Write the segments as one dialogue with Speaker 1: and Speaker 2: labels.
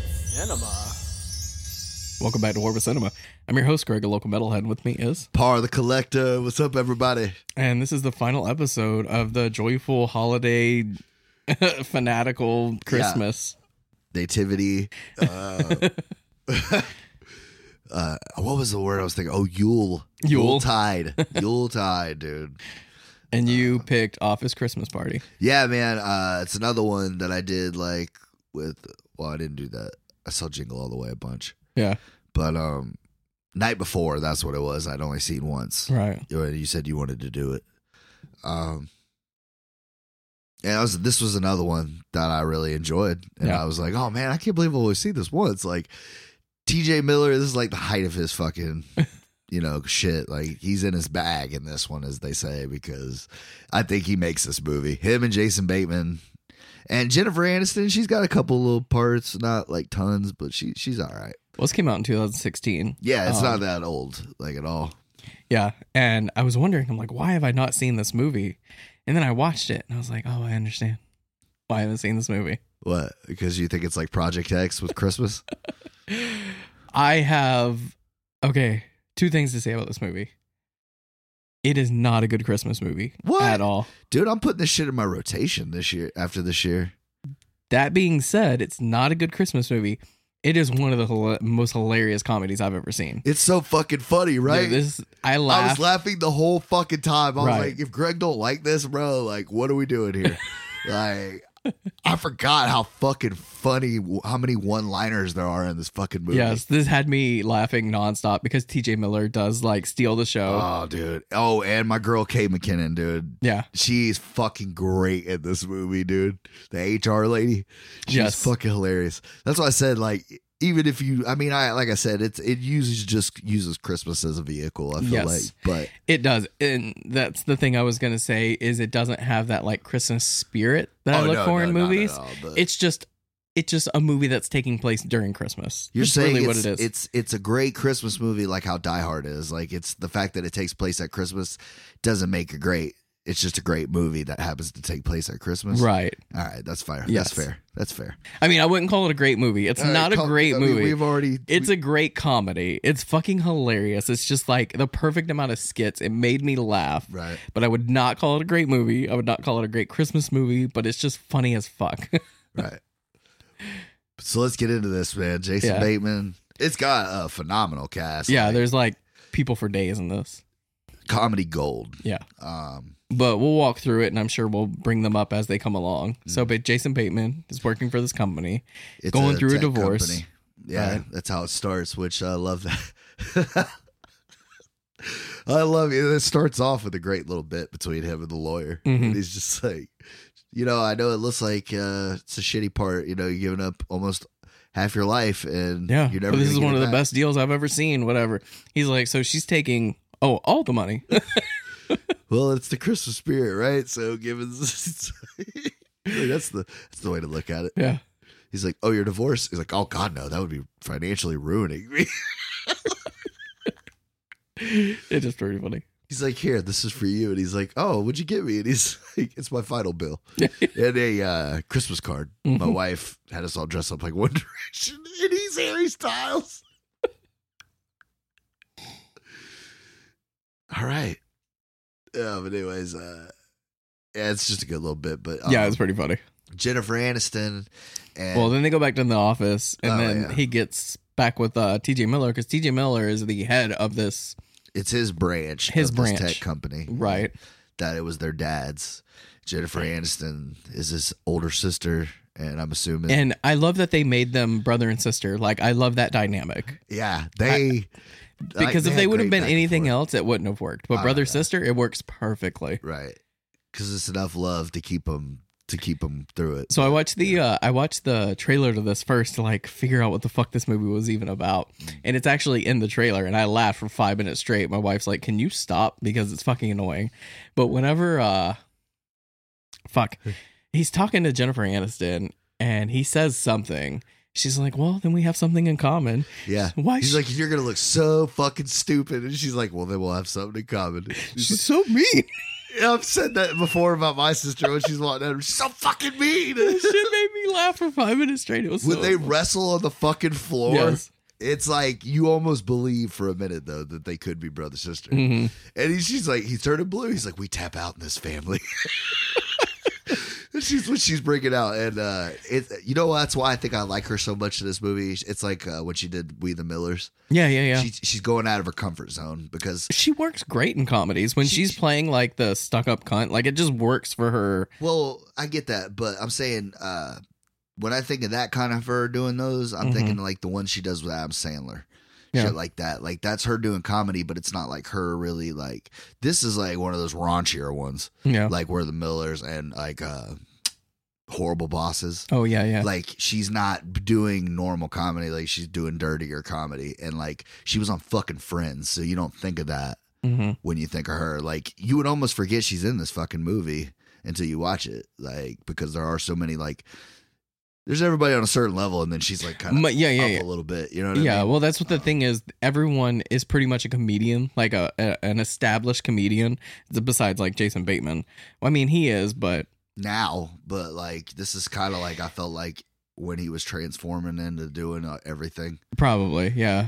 Speaker 1: Cinema.
Speaker 2: Welcome back to War with Cinema. I'm your host, Greg, a local metalhead. and With me is,
Speaker 3: Par the Collector. What's up, everybody?
Speaker 2: and this is the final episode of the joyful holiday, fanatical Christmas.
Speaker 3: Nativity. Uh, uh, what was the word I was thinking? Oh, Yule.
Speaker 2: Yule.
Speaker 3: tide. Yule tide, dude.
Speaker 2: And you picked Office Christmas Party.
Speaker 3: Yeah, man. Uh, it's another one that I did like with. Well, I didn't do that. I saw Jingle All the Way a bunch,
Speaker 2: Yeah,
Speaker 3: but um, night before that's what it was. I'd only seen once.
Speaker 2: right.
Speaker 3: You you said you wanted to do it. Um, and I was this was another one that I really enjoyed, and
Speaker 2: Yeah.
Speaker 3: I was like, oh man, I can't believe I only see this once. Like T.J. Miller, this is like the height of his fucking. You know, shit. Like he's in his bag in this one, as they say, because I think he makes this movie. Him and Jason Bateman and Jennifer Aniston. She's got a couple little parts, not like tons, but she she's all right.
Speaker 2: Well, this came out in 2016.
Speaker 3: Yeah, it's
Speaker 2: Um,
Speaker 3: not that old, like at all.
Speaker 2: Yeah, and I was wondering, I'm like, why have I not seen this movie? And then I watched it, and I was like, oh, I understand why I haven't seen this movie.
Speaker 3: What? Because you think it's like Project X with Christmas?
Speaker 2: I have okay, two things to say about this movie. It is not a good Christmas movie
Speaker 3: What?
Speaker 2: at all.
Speaker 3: Dude, I'm putting this shit in my rotation this year after this year.
Speaker 2: That being said, it's not a good Christmas movie. It is one of the hila- most hilarious comedies I've ever seen.
Speaker 3: It's so fucking funny, right?
Speaker 2: Dude, this I
Speaker 3: I
Speaker 2: laughed.
Speaker 3: was laughing the whole fucking time. I was
Speaker 2: Right.
Speaker 3: like, if Greg don't like this, bro, like what are we doing here? like I forgot how fucking funny how many one-liners there are in this fucking movie.
Speaker 2: yes, this had me laughing nonstop because TJ Miller does like steal the show.
Speaker 3: Oh, dude. Oh, and my girl Kay McKinnon, dude.
Speaker 2: yeah.
Speaker 3: She's fucking great in this movie, dude. The HR lady. She's
Speaker 2: Yes.
Speaker 3: fucking hilarious. That's why I said like even if you I mean I like I said it's it uses just uses Christmas as a vehicle, I feel
Speaker 2: Yes.
Speaker 3: like.
Speaker 2: It does. And that's the thing I was going to say is it doesn't have that like Christmas spirit that
Speaker 3: But
Speaker 2: I
Speaker 3: Oh,
Speaker 2: look
Speaker 3: no,
Speaker 2: for
Speaker 3: no,
Speaker 2: in
Speaker 3: not at
Speaker 2: movies.
Speaker 3: all, but
Speaker 2: It's just it's just a movie that's taking place during Christmas.
Speaker 3: you're
Speaker 2: That's
Speaker 3: saying
Speaker 2: really
Speaker 3: it's,
Speaker 2: what it is.
Speaker 3: it's it's a great Christmas movie like how Die Hard is. Like it's the fact that it takes place at Christmas doesn't make it great. It's just a great movie that happens to take place at Christmas.
Speaker 2: right.
Speaker 3: All right, that's fair.
Speaker 2: Yes.
Speaker 3: That's fair. That's fair.
Speaker 2: I mean, I wouldn't call it a great movie. It's
Speaker 3: All right,
Speaker 2: not a
Speaker 3: come-
Speaker 2: great
Speaker 3: I mean,
Speaker 2: movie.
Speaker 3: We've already
Speaker 2: It's a great comedy. It's fucking hilarious. It's just like the perfect amount of skits. It made me laugh.
Speaker 3: right.
Speaker 2: But I would not call it a great movie. I would not call it a great Christmas movie, but it's just funny as fuck.
Speaker 3: Right. So let's get into this, man. Jason
Speaker 2: Yeah.
Speaker 3: Bateman. It's got a phenomenal cast.
Speaker 2: yeah,
Speaker 3: like,
Speaker 2: there's like people for days in this.
Speaker 3: comedy gold.
Speaker 2: Yeah.
Speaker 3: Um,
Speaker 2: But we'll walk through it and I'm sure we'll bring them up as they come along.
Speaker 3: Mm.
Speaker 2: So, but Jason Bateman is working for this company.
Speaker 3: it's
Speaker 2: Going through a
Speaker 3: tech
Speaker 2: divorce.
Speaker 3: Yeah,
Speaker 2: Right.
Speaker 3: that's how it starts. Which I love that. I love it. It starts off with a great little bit between him and the lawyer.
Speaker 2: Mhm.
Speaker 3: And he's just like, you know, I know it looks like uh, it's a shitty part. You know, you're giving up almost half your life, and
Speaker 2: Yeah.
Speaker 3: you're
Speaker 2: But
Speaker 3: never.
Speaker 2: this
Speaker 3: gonna
Speaker 2: is
Speaker 3: get
Speaker 2: one
Speaker 3: it
Speaker 2: of the
Speaker 3: back.
Speaker 2: best deals I've ever seen, whatever. He's like, so she's taking, oh, all the money.
Speaker 3: Well, it's the Christmas spirit, right? So given that's the that's the way to look at it.
Speaker 2: yeah.
Speaker 3: He's like, "Oh, you're divorced." He's like, "Oh God, no, that would be financially ruining me."
Speaker 2: It is pretty funny.
Speaker 3: He's like, "Here, this is for you," and he's like, "Oh, what'd you get me?" And he's like, "It's my final bill and a uh, Christmas card." My
Speaker 2: Mhm.
Speaker 3: wife had us all dressed up like One Direction, and he's Harry Styles. all right. Yeah, but anyways, uh, yeah, it's just a good little bit, but
Speaker 2: yeah,
Speaker 3: um,
Speaker 2: it's pretty funny.
Speaker 3: Jennifer Aniston. And
Speaker 2: Well, then they go back to the office, and
Speaker 3: Oh,
Speaker 2: then
Speaker 3: yeah.
Speaker 2: he gets back with uh, T.J. Miller because T.J. Miller is the head of this,
Speaker 3: it's his branch,
Speaker 2: His
Speaker 3: of
Speaker 2: branch.
Speaker 3: this tech company,
Speaker 2: right?
Speaker 3: That it was their dad's. Jennifer Aniston is his older sister, and I'm assuming,
Speaker 2: And I love that they made them brother and sister. Like I love that dynamic
Speaker 3: yeah, they like,
Speaker 2: because if
Speaker 3: had
Speaker 2: they would
Speaker 3: great
Speaker 2: have been
Speaker 3: back and
Speaker 2: anything
Speaker 3: forth.
Speaker 2: else, it wouldn't have worked. But
Speaker 3: Ah,
Speaker 2: brother
Speaker 3: yeah.
Speaker 2: sister, it works perfectly.
Speaker 3: right? Because it's enough love to keep them to keep them through it.
Speaker 2: So I watched the uh, I watched the trailer to this first to like figure out what the fuck this movie was even about,
Speaker 3: Mm.
Speaker 2: and it's actually in the trailer, and I laughed for five minutes straight. My wife's like, "Can you stop?" Because it's fucking annoying. But whenever, uh, fuck,
Speaker 3: Hmm.
Speaker 2: he's talking to Jennifer Aniston, and he says something. She's like, "Well, then we have something in common."
Speaker 3: yeah.
Speaker 2: Why?
Speaker 3: He's
Speaker 2: sh-
Speaker 3: like, you're gonna look so fucking stupid, and she's like, well, then we'll have something in common. He's
Speaker 2: she's so mean.
Speaker 3: like- I've said that before about my sister when she's walking down. She's so fucking mean.
Speaker 2: This shit made me laugh for five minutes straight. It was
Speaker 3: when
Speaker 2: so
Speaker 3: they wrestle on the fucking floor,
Speaker 2: Yes.
Speaker 3: it's like you almost believe for a minute though that they could be brother sister.
Speaker 2: Mhm.
Speaker 3: And he, she's like, he's turning blue. He's like, we tap out in this family. And she's what she's bringing out, and uh, it you know that's why I think I like her so much in this movie. It's like uh, when she did We the Millers.
Speaker 2: Yeah, yeah, yeah.
Speaker 3: She, she's going out of her comfort zone because
Speaker 2: She works great in comedies when
Speaker 3: She-
Speaker 2: she's playing like the stuck up cunt. Like it just works for her.
Speaker 3: Well, I get that, but I'm saying uh when I think of that kind of her doing those, I'm
Speaker 2: Mhm.
Speaker 3: thinking like the one she does with Adam Sandler.
Speaker 2: Yeah.
Speaker 3: Shit like that. Like that's her doing comedy, but it's not like her really like this is like one of those raunchier ones.
Speaker 2: Yeah.
Speaker 3: Like where the Millers and like uh horrible bosses.
Speaker 2: oh yeah, yeah.
Speaker 3: Like she's not doing normal comedy, like she's doing dirtier comedy. And like she was on fucking friends, so you don't think of that
Speaker 2: hmm
Speaker 3: when you think of her. Like you would almost forget she's in this fucking movie until you watch it, like because there are so many like. There's everybody on a certain level, and then she's like kind of
Speaker 2: But yeah, yeah,
Speaker 3: up
Speaker 2: yeah.
Speaker 3: a little bit. You know what I
Speaker 2: Yeah,
Speaker 3: mean?
Speaker 2: well, that's what the
Speaker 3: Um,
Speaker 2: thing is. Everyone is pretty much a comedian, like a, a an established comedian. Besides, like Jason Bateman. Well, I mean, he is, but
Speaker 3: Now, but like this is kind of like I felt like when he was transforming into doing uh, everything.
Speaker 2: probably, yeah,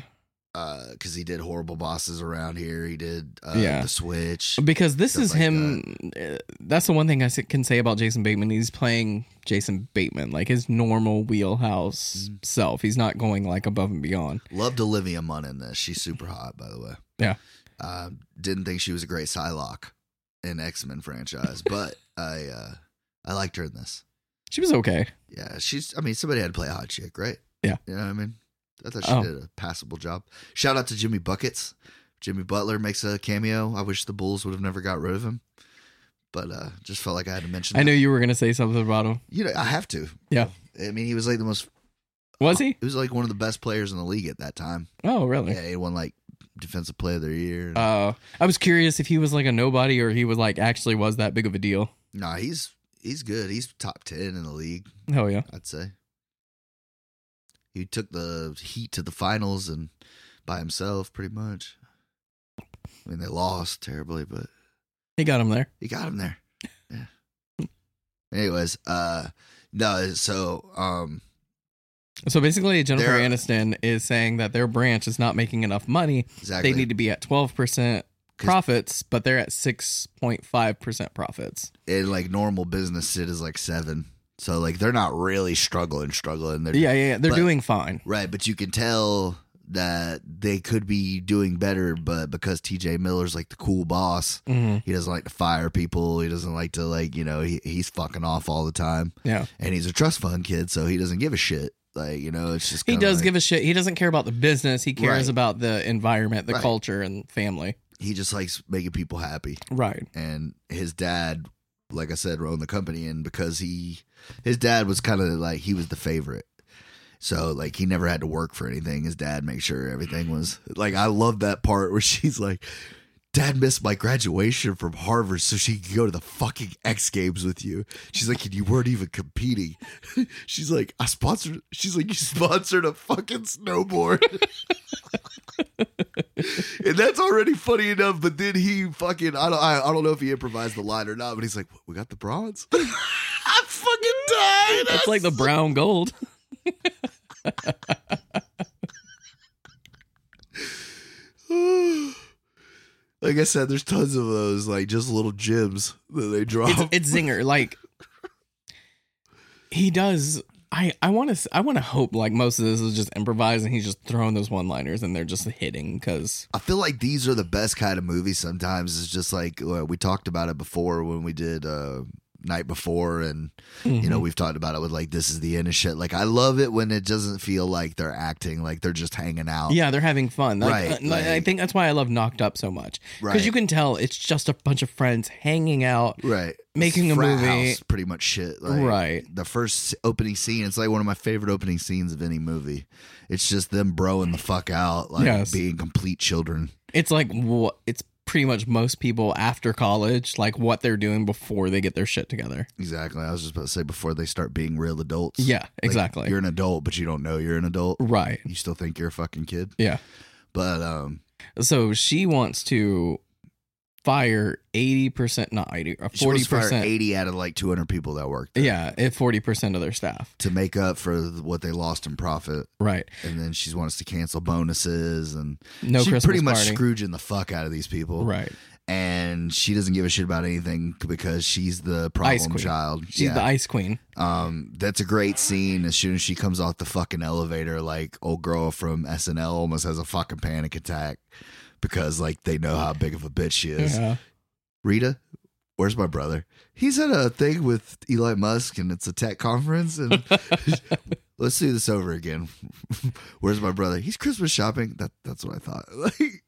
Speaker 3: Because he did horrible bosses around here. He did uh,
Speaker 2: Yeah.
Speaker 3: the switch.
Speaker 2: because this
Speaker 3: Stuff
Speaker 2: is
Speaker 3: like
Speaker 2: him. uh, That's the one thing I s- can say about Jason Bateman. He's playing Jason Bateman, like his normal wheelhouse
Speaker 3: Mhm.
Speaker 2: self. He's not going like above and beyond.
Speaker 3: Loved Olivia Munn in this. She's super hot, by the way.
Speaker 2: Yeah.
Speaker 3: Uh, didn't think she was a great Psylocke in X Men franchise, but I uh, I liked her in this.
Speaker 2: She was okay.
Speaker 3: Yeah, she's. I mean, somebody had to play a hot chick, right?
Speaker 2: Yeah.
Speaker 3: You know what I mean? I thought she
Speaker 2: Oh.
Speaker 3: did a passable job. Shout out to Jimmy Buckets. Jimmy Butler makes a cameo. I wish the Bulls would have never got rid of him, but uh, just felt like I had to mention.
Speaker 2: I
Speaker 3: that.
Speaker 2: knew you were gonna say something about him.
Speaker 3: You know, I have to.
Speaker 2: Yeah.
Speaker 3: I mean, he was like the most.
Speaker 2: Was he?
Speaker 3: He was like one of the best players in the league at that time.
Speaker 2: Oh, really?
Speaker 3: Yeah, he won like defensive player of the year.
Speaker 2: Uh, I was curious if he was like a nobody or he was like actually was that big of a deal.
Speaker 3: nah, he's he's good. He's top ten in the league,
Speaker 2: Hell yeah.
Speaker 3: I'd say. He took the Heat to the finals and by himself, pretty much. I mean, they lost terribly, but
Speaker 2: He got him there.
Speaker 3: he got him there. Yeah. Anyways, uh, no, so um,
Speaker 2: So basically, Jennifer
Speaker 3: They're- uh,
Speaker 2: Aniston is saying that their branch is not making enough money.
Speaker 3: exactly.
Speaker 2: They need to be at 12%
Speaker 3: 'Cause-
Speaker 2: profits, but they're at 6.5% profits.
Speaker 3: in like normal business it is like seven so like they're not really struggling struggling they're
Speaker 2: Yeah, yeah, yeah. They're
Speaker 3: but-
Speaker 2: doing fine.
Speaker 3: right but you can tell that they could be doing better but because tj miller's like the cool boss
Speaker 2: Mhm.
Speaker 3: he doesn't like to fire people he doesn't like to like you know he, he's fucking off all the time
Speaker 2: Yeah.
Speaker 3: and he's a trust fund kid so he doesn't give a shit like you know it's just
Speaker 2: He
Speaker 3: kinda
Speaker 2: does
Speaker 3: like-
Speaker 2: give a shit. He doesn't care about the business. He cares
Speaker 3: Right.
Speaker 2: about the environment, the
Speaker 3: Right.
Speaker 2: culture, and family.
Speaker 3: he just likes making people happy
Speaker 2: Right.
Speaker 3: and his dad like i said owned the company and because he his dad was kind of like he was the favorite so like he never had to work for anything his dad made sure everything was like i love that part where she's like dad missed my graduation from harvard so she could go to the fucking x games with you she's like and you weren't even competing she's like i sponsored she's like you sponsored a fucking snowboard and that's already funny enough. But then he fucking I don't I, I don't know if he improvised the line or not, but he's like, we got the bronze. I fucking died.
Speaker 2: It's like the brown gold.
Speaker 3: like I said, there's tons of those like just little gems that they drop.
Speaker 2: it's, it's zinger like he does i i want to i want to hope like most of this is just improvised and he's just throwing those one liners and they're just hitting because
Speaker 3: I feel like these are the best kind of movies. Sometimes it's just like uh, we talked about it before when we did. uh Night before, and you
Speaker 2: Mm-hmm.
Speaker 3: know, we've talked about it with like this is the end of shit. Like, I love it when it doesn't feel like they're acting, like they're just hanging out,
Speaker 2: yeah they're having fun like,
Speaker 3: Right,
Speaker 2: uh, like, i
Speaker 3: like-
Speaker 2: think that's why i love knocked up so much because
Speaker 3: right?
Speaker 2: you can tell it's just a bunch of friends hanging out
Speaker 3: right
Speaker 2: making a
Speaker 3: Frat
Speaker 2: movie.
Speaker 3: house, pretty much shit like,
Speaker 2: Right.
Speaker 3: the first opening scene it's like one of my favorite opening scenes of any movie it's just them broing the fuck out like
Speaker 2: Yes.
Speaker 3: being complete children
Speaker 2: it's like what it's pretty much most people after college like what they're doing before they get their shit together
Speaker 3: exactly i was just about to say before they start being real adults
Speaker 2: yeah
Speaker 3: Like,
Speaker 2: exactly
Speaker 3: you're an adult but you don't know you're an adult
Speaker 2: right
Speaker 3: you still think you're a fucking kid
Speaker 2: Yeah.
Speaker 3: but um
Speaker 2: so she wants to fire 80%, not 80, or
Speaker 3: You're supposed to fire
Speaker 2: 40%.
Speaker 3: 80 out of like 200 people that worked there
Speaker 2: Yeah, at 40% of their staff.
Speaker 3: to make up for what they lost in profit.
Speaker 2: Right.
Speaker 3: And then she wants to cancel bonuses and
Speaker 2: No
Speaker 3: she's
Speaker 2: Christmas
Speaker 3: pretty much
Speaker 2: party.
Speaker 3: Scrooging the fuck out of these people.
Speaker 2: Right.
Speaker 3: And she doesn't give a shit about anything because she's the problem
Speaker 2: queen.
Speaker 3: child.
Speaker 2: She's the ice queen.
Speaker 3: Um, that's a great scene. As soon as she comes off the fucking elevator, like old girl from SNL almost has a fucking panic attack because like they know how big of a bitch she is.
Speaker 2: Yeah.
Speaker 3: Rita, where's my brother? He's at a thing with Elon Musk and it's a tech conference and let's do this over again. where's my brother? He's Christmas shopping. That that's what I thought. Like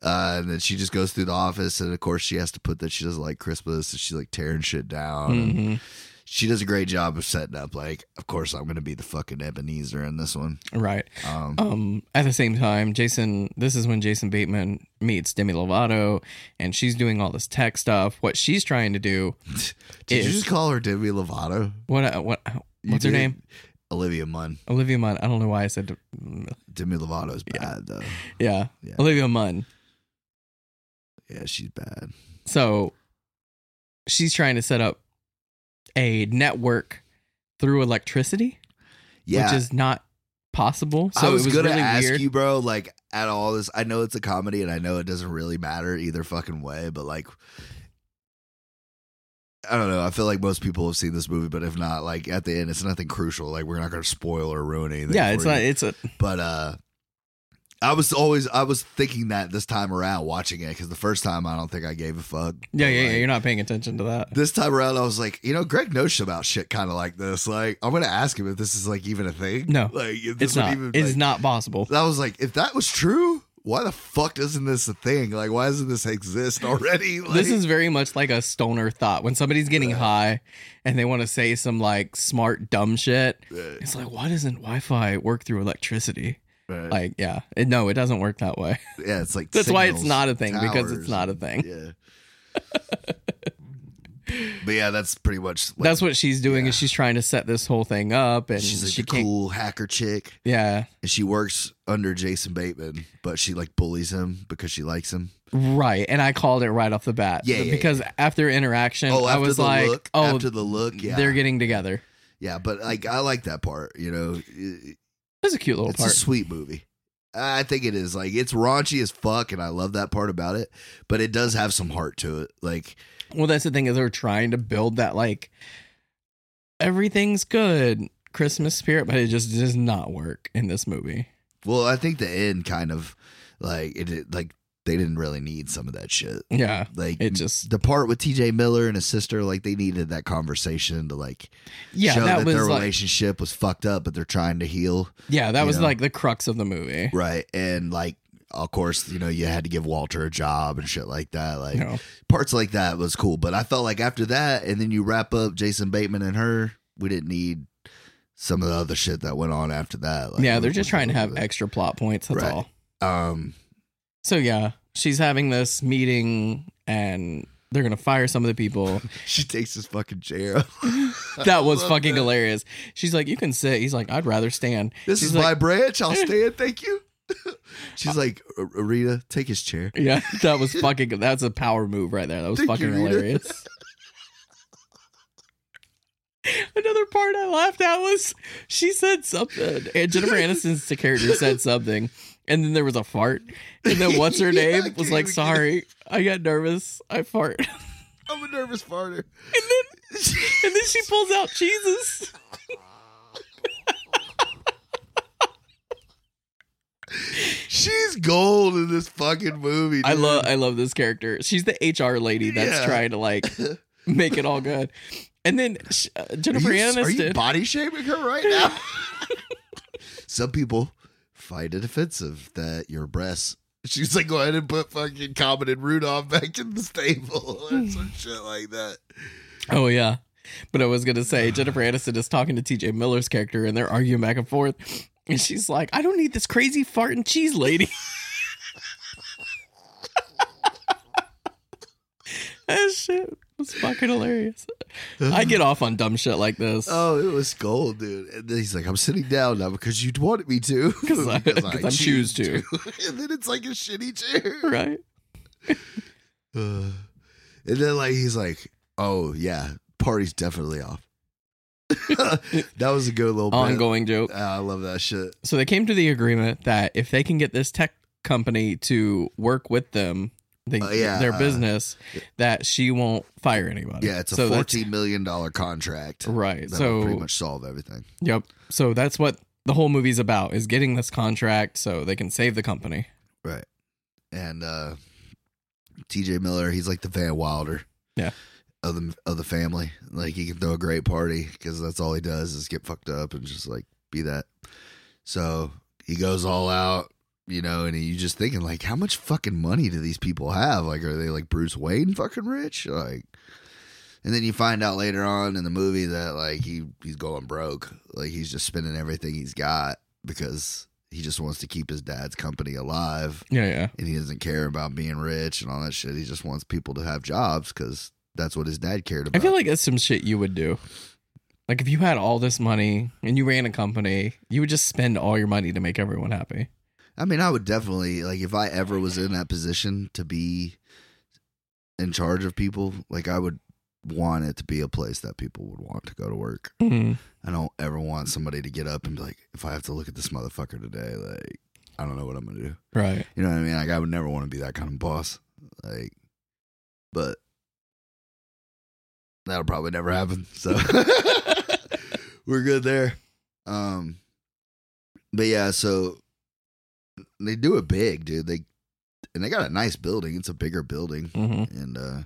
Speaker 3: uh, and then she just goes through the office, and of course she has to put that she doesn't like Christmas, and she's like tearing shit down. and
Speaker 2: hmm
Speaker 3: she does a great job of setting up like of course i'm gonna be the fucking ebenezer in this one
Speaker 2: Right.
Speaker 3: um
Speaker 2: Um, at the same time, Jason, this is when Jason Bateman meets Demi Lovato and she's doing all this tech stuff. What she's trying to do,
Speaker 3: did you
Speaker 2: is-
Speaker 3: just call her demi lovato
Speaker 2: what, what,
Speaker 3: You
Speaker 2: what's her
Speaker 3: did?
Speaker 2: name?
Speaker 3: olivia munn
Speaker 2: Olivia Munn. I don't know why I said,
Speaker 3: demi lovato's bad though
Speaker 2: yeah,
Speaker 3: Yeah.
Speaker 2: Olivia Munn.
Speaker 3: yeah she's bad
Speaker 2: So she's trying to set up a network through electricity,
Speaker 3: yeah
Speaker 2: which is not possible. So
Speaker 3: I was,
Speaker 2: it was
Speaker 3: gonna
Speaker 2: really
Speaker 3: ask
Speaker 2: weird.
Speaker 3: you, bro. Like, at all this, I know it's a comedy, and I know it doesn't really matter either fucking way. But like, I don't know. I feel like most people have seen this movie, but if not, like at the end, it's nothing crucial. Like, we're not gonna spoil or ruin anything.
Speaker 2: yeah,
Speaker 3: for
Speaker 2: it's
Speaker 3: you.
Speaker 2: not, it's a,
Speaker 3: but uh I was always I was thinking that this time around watching it because the first time I don't think I gave a fuck.
Speaker 2: yeah,
Speaker 3: But,
Speaker 2: yeah, yeah.
Speaker 3: like,
Speaker 2: You're not paying attention to that.
Speaker 3: This time around, I was like, you know, Greg knows shit about shit kind of like this. Like, I'm gonna ask him if this is like even a thing.
Speaker 2: No,
Speaker 3: like if
Speaker 2: It's
Speaker 3: this would
Speaker 2: not,
Speaker 3: even.
Speaker 2: it's
Speaker 3: like-
Speaker 2: not possible.
Speaker 3: I was like, if that was true, why the fuck isn't this a thing? Like, why doesn't this exist already? Like,
Speaker 2: this is very much like a stoner thought when somebody's getting high and they want to say some like smart dumb shit
Speaker 3: Right,
Speaker 2: it's like why doesn't wi-fi work through electricity
Speaker 3: right.
Speaker 2: like yeah it, no it doesn't work that way
Speaker 3: yeah, it's like
Speaker 2: that's why it's
Speaker 3: signals.
Speaker 2: not a thing because
Speaker 3: towers,
Speaker 2: it's not a thing
Speaker 3: Yeah. but yeah, that's pretty much. Like,
Speaker 2: that's what she's doing
Speaker 3: yeah.
Speaker 2: is she's trying to set this whole thing up and
Speaker 3: she's like
Speaker 2: she
Speaker 3: the
Speaker 2: can't
Speaker 3: cool hacker chick.
Speaker 2: yeah
Speaker 3: and she works under Jason Bateman, but she like bullies him because she likes him.
Speaker 2: right and i called it right off the bat
Speaker 3: Yeah, yeah,
Speaker 2: because after interaction
Speaker 3: Oh,
Speaker 2: i
Speaker 3: after
Speaker 2: was
Speaker 3: the
Speaker 2: like
Speaker 3: look,
Speaker 2: oh
Speaker 3: after the look, yeah,
Speaker 2: they're getting together
Speaker 3: yeah. But like, I like that part. You know, It-
Speaker 2: that's a cute little
Speaker 3: it's
Speaker 2: part
Speaker 3: a sweet movie. I think it is like it's raunchy as fuck, and I love that part about it. But it does have some heart to it. Like,
Speaker 2: Well, that's the thing is they're trying to build that like everything's good Christmas spirit, but it just does not work in this movie.
Speaker 3: well, I think the end kind of like it- it. Like they didn't really need some of that shit.
Speaker 2: Yeah,
Speaker 3: Like
Speaker 2: it just
Speaker 3: the part with T.J. Miller and his sister, like they needed that conversation to like
Speaker 2: yeah
Speaker 3: show
Speaker 2: that
Speaker 3: that,
Speaker 2: was
Speaker 3: their
Speaker 2: like
Speaker 3: relationship was fucked up, but they're trying to heal.
Speaker 2: yeah that
Speaker 3: you
Speaker 2: was
Speaker 3: know.
Speaker 2: like the crux of the movie.
Speaker 3: Right. And like, of course, you know, you had to give Walter a job and shit like that. Like
Speaker 2: You know,
Speaker 3: parts like that was cool. But I felt like after that, and then you wrap up Jason Bateman and her, we didn't need some of the other shit that went on after that. Like,
Speaker 2: yeah,
Speaker 3: it
Speaker 2: they're
Speaker 3: was-
Speaker 2: just trying to have extra plot points. That's
Speaker 3: Right.
Speaker 2: all.
Speaker 3: Um,
Speaker 2: So yeah, she's having this meeting and they're gonna fire some of the people.
Speaker 3: she takes his fucking chair.
Speaker 2: That was
Speaker 3: Love
Speaker 2: fucking
Speaker 3: that.
Speaker 2: hilarious. She's like, "You can sit." He's like, "I'd rather stand."
Speaker 3: This
Speaker 2: She's
Speaker 3: is my
Speaker 2: like- Uh,
Speaker 3: branch. I'll stand. Thank you. She's like, "A- Rita, take his chair.
Speaker 2: Yeah, that was fucking. That's a power move right there. That was
Speaker 3: Thank
Speaker 2: fucking
Speaker 3: you, Rita.
Speaker 2: hilarious. Another part I laughed at was she said something, and Jennifer Aniston's character said something, and then there was a fart, and then what's her
Speaker 3: Yeah, I
Speaker 2: name
Speaker 3: can't
Speaker 2: was
Speaker 3: even
Speaker 2: like,
Speaker 3: get it.
Speaker 2: "Sorry, I got nervous, I fart," and
Speaker 3: I'm a nervous farter.
Speaker 2: then and then she pulls out Jesus.
Speaker 3: She's gold in this fucking movie.
Speaker 2: I
Speaker 3: dude.
Speaker 2: love I love this character. She's the HR lady that's
Speaker 3: Yeah.
Speaker 2: trying to like make it all good, and then sh- uh, Jennifer
Speaker 3: are you,
Speaker 2: Aniston.
Speaker 3: Are you body shaming her right now? Some people find it offensive that your breasts. She's like, go ahead and put fucking Common and Rudolph back in the stable or some shit like that.
Speaker 2: Oh yeah. But I was gonna say Jennifer Aniston is talking to TJ Miller's character and they're arguing back and forth. And she's like, I don't need this crazy fart and cheese lady. that shit was fucking hilarious. I get off on dumb shit like this.
Speaker 3: Oh, it was gold, dude. And then he's like, I'm sitting down now because you wanted me to.
Speaker 2: 'Cause I- 'cause I choose to.
Speaker 3: and then it's like a shitty chair.
Speaker 2: Right.
Speaker 3: Uh, and then like he's like, "Oh yeah, party's definitely off." that was a good little bit.
Speaker 2: Ongoing joke.
Speaker 3: Ah, I love that shit.
Speaker 2: So they came to the agreement that if they can get this tech company to work with them, they,
Speaker 3: Oh, yeah.
Speaker 2: their business, that she won't fire anybody.
Speaker 3: Yeah, it's a
Speaker 2: Uh, So that's-
Speaker 3: fourteen million dollar contract.
Speaker 2: Right.
Speaker 3: That'll
Speaker 2: So
Speaker 3: pretty much solve everything.
Speaker 2: Yep. So that's what the whole movie's about is getting this contract so they can save the company.
Speaker 3: Right. And uh TJ Miller, he's like the Van Wilder.
Speaker 2: Yeah.
Speaker 3: Of the of the family. Like he can throw a great party cuz that's all he does is get fucked up and just like be that. So, he goes all out, you know, and you just thinking like how much fucking money do these people have? Like are they like Bruce Wayne fucking rich? Like and then you find out later on in the movie that like he he's going broke. Like he's just spending everything he's got because he just wants to keep his dad's company alive
Speaker 2: Yeah, yeah.
Speaker 3: and he doesn't care about being rich and all that shit. He just wants people to have jobs because that's what his dad cared about.
Speaker 2: I feel like that's some shit you would do. Like if you had all this money and you ran a company, you would just spend all your money to make everyone happy.
Speaker 3: I mean, I would definitely like if I ever was in that position to be in charge of people. Like I would want it to be a place that people would want to go to work.
Speaker 2: Mm-hmm.
Speaker 3: I don't ever want somebody to get up and be like, if I have to look at this motherfucker today, like I don't know what I'm gonna do.
Speaker 2: Right.
Speaker 3: You know what I mean? Like I would never want to be that kind of boss. Like, but that'll probably never happen. So we're good there. Um, but yeah, so they do it big, dude. They and they got a nice building. It's a bigger building,
Speaker 2: hmm
Speaker 3: and uh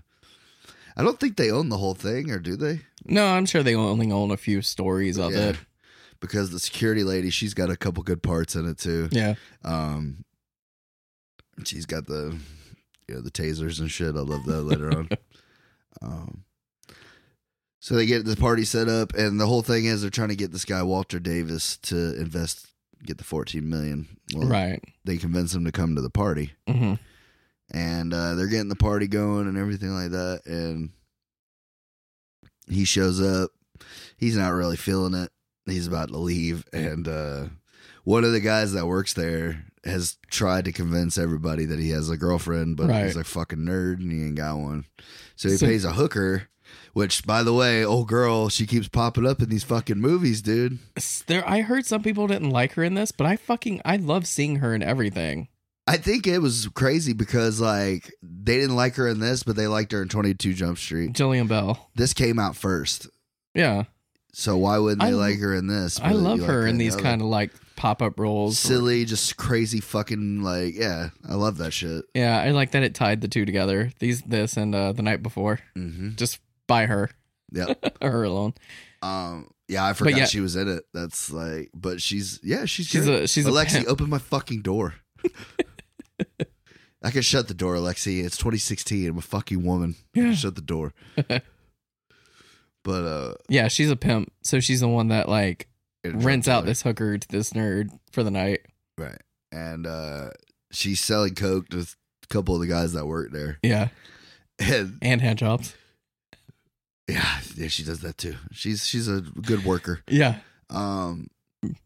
Speaker 3: I don't think they own the whole thing, or do they?
Speaker 2: No, I'm sure they only own a few stories of
Speaker 3: Yeah.
Speaker 2: it.
Speaker 3: Because the security lady, she's got a couple good parts in it too.
Speaker 2: Yeah.
Speaker 3: Um, she's got the you know the tasers and shit. I love that later on. Um, so they get the party set up, and the whole thing is they're trying to get this guy Walter Davis to invest, get the fourteen million. Well,
Speaker 2: Right.
Speaker 3: They convince him to come to the party,
Speaker 2: hmm
Speaker 3: and uh, they're getting the party going and everything like that. And he shows up. He's not really feeling it. He's about to leave, and uh, one of the guys that works there has tried to convince everybody that he has a girlfriend, but
Speaker 2: Right.
Speaker 3: he's a fucking nerd and he ain't got one. So he
Speaker 2: So-
Speaker 3: pays a hooker. Which, by the way, old girl, she keeps popping up in these fucking movies, dude.
Speaker 2: There, I heard some people didn't like her in this, but I fucking I love seeing her in everything.
Speaker 3: I think it was crazy because like they didn't like her in this, but they liked her in Twenty Two Jump Street.
Speaker 2: Jillian Bell.
Speaker 3: This came out first.
Speaker 2: Yeah,
Speaker 3: So why wouldn't they
Speaker 2: I-
Speaker 3: like her in this?
Speaker 2: I
Speaker 3: but
Speaker 2: love
Speaker 3: you like
Speaker 2: her in these
Speaker 3: other-
Speaker 2: kind of like pop up roles.
Speaker 3: silly, just crazy fucking like yeah. I love that shit.
Speaker 2: Yeah, I like that it tied the two together. These, this, and uh, the night before,
Speaker 3: Mm-hmm.
Speaker 2: just by her,
Speaker 3: Yep.
Speaker 2: her alone.
Speaker 3: um. Yeah, I forgot
Speaker 2: yeah.
Speaker 3: she was in it. That's like, but she's yeah, she's
Speaker 2: She's
Speaker 3: good.
Speaker 2: a she's a
Speaker 3: Alexi,
Speaker 2: pimp.
Speaker 3: open my fucking door. I can shut the door, Alexi. It's 2016. I'm a fucking woman.
Speaker 2: Yeah.
Speaker 3: Shut the door. but uh,
Speaker 2: yeah, she's a pimp. So she's the one that like
Speaker 3: it-
Speaker 2: rents out this hooker to this nerd for the night.
Speaker 3: right, and uh, she's selling coke to a couple of the guys that work there,
Speaker 2: Yeah,
Speaker 3: and
Speaker 2: and hand jobs.
Speaker 3: Yeah, yeah, she does that too. She's she's a good worker.
Speaker 2: Yeah,
Speaker 3: Um,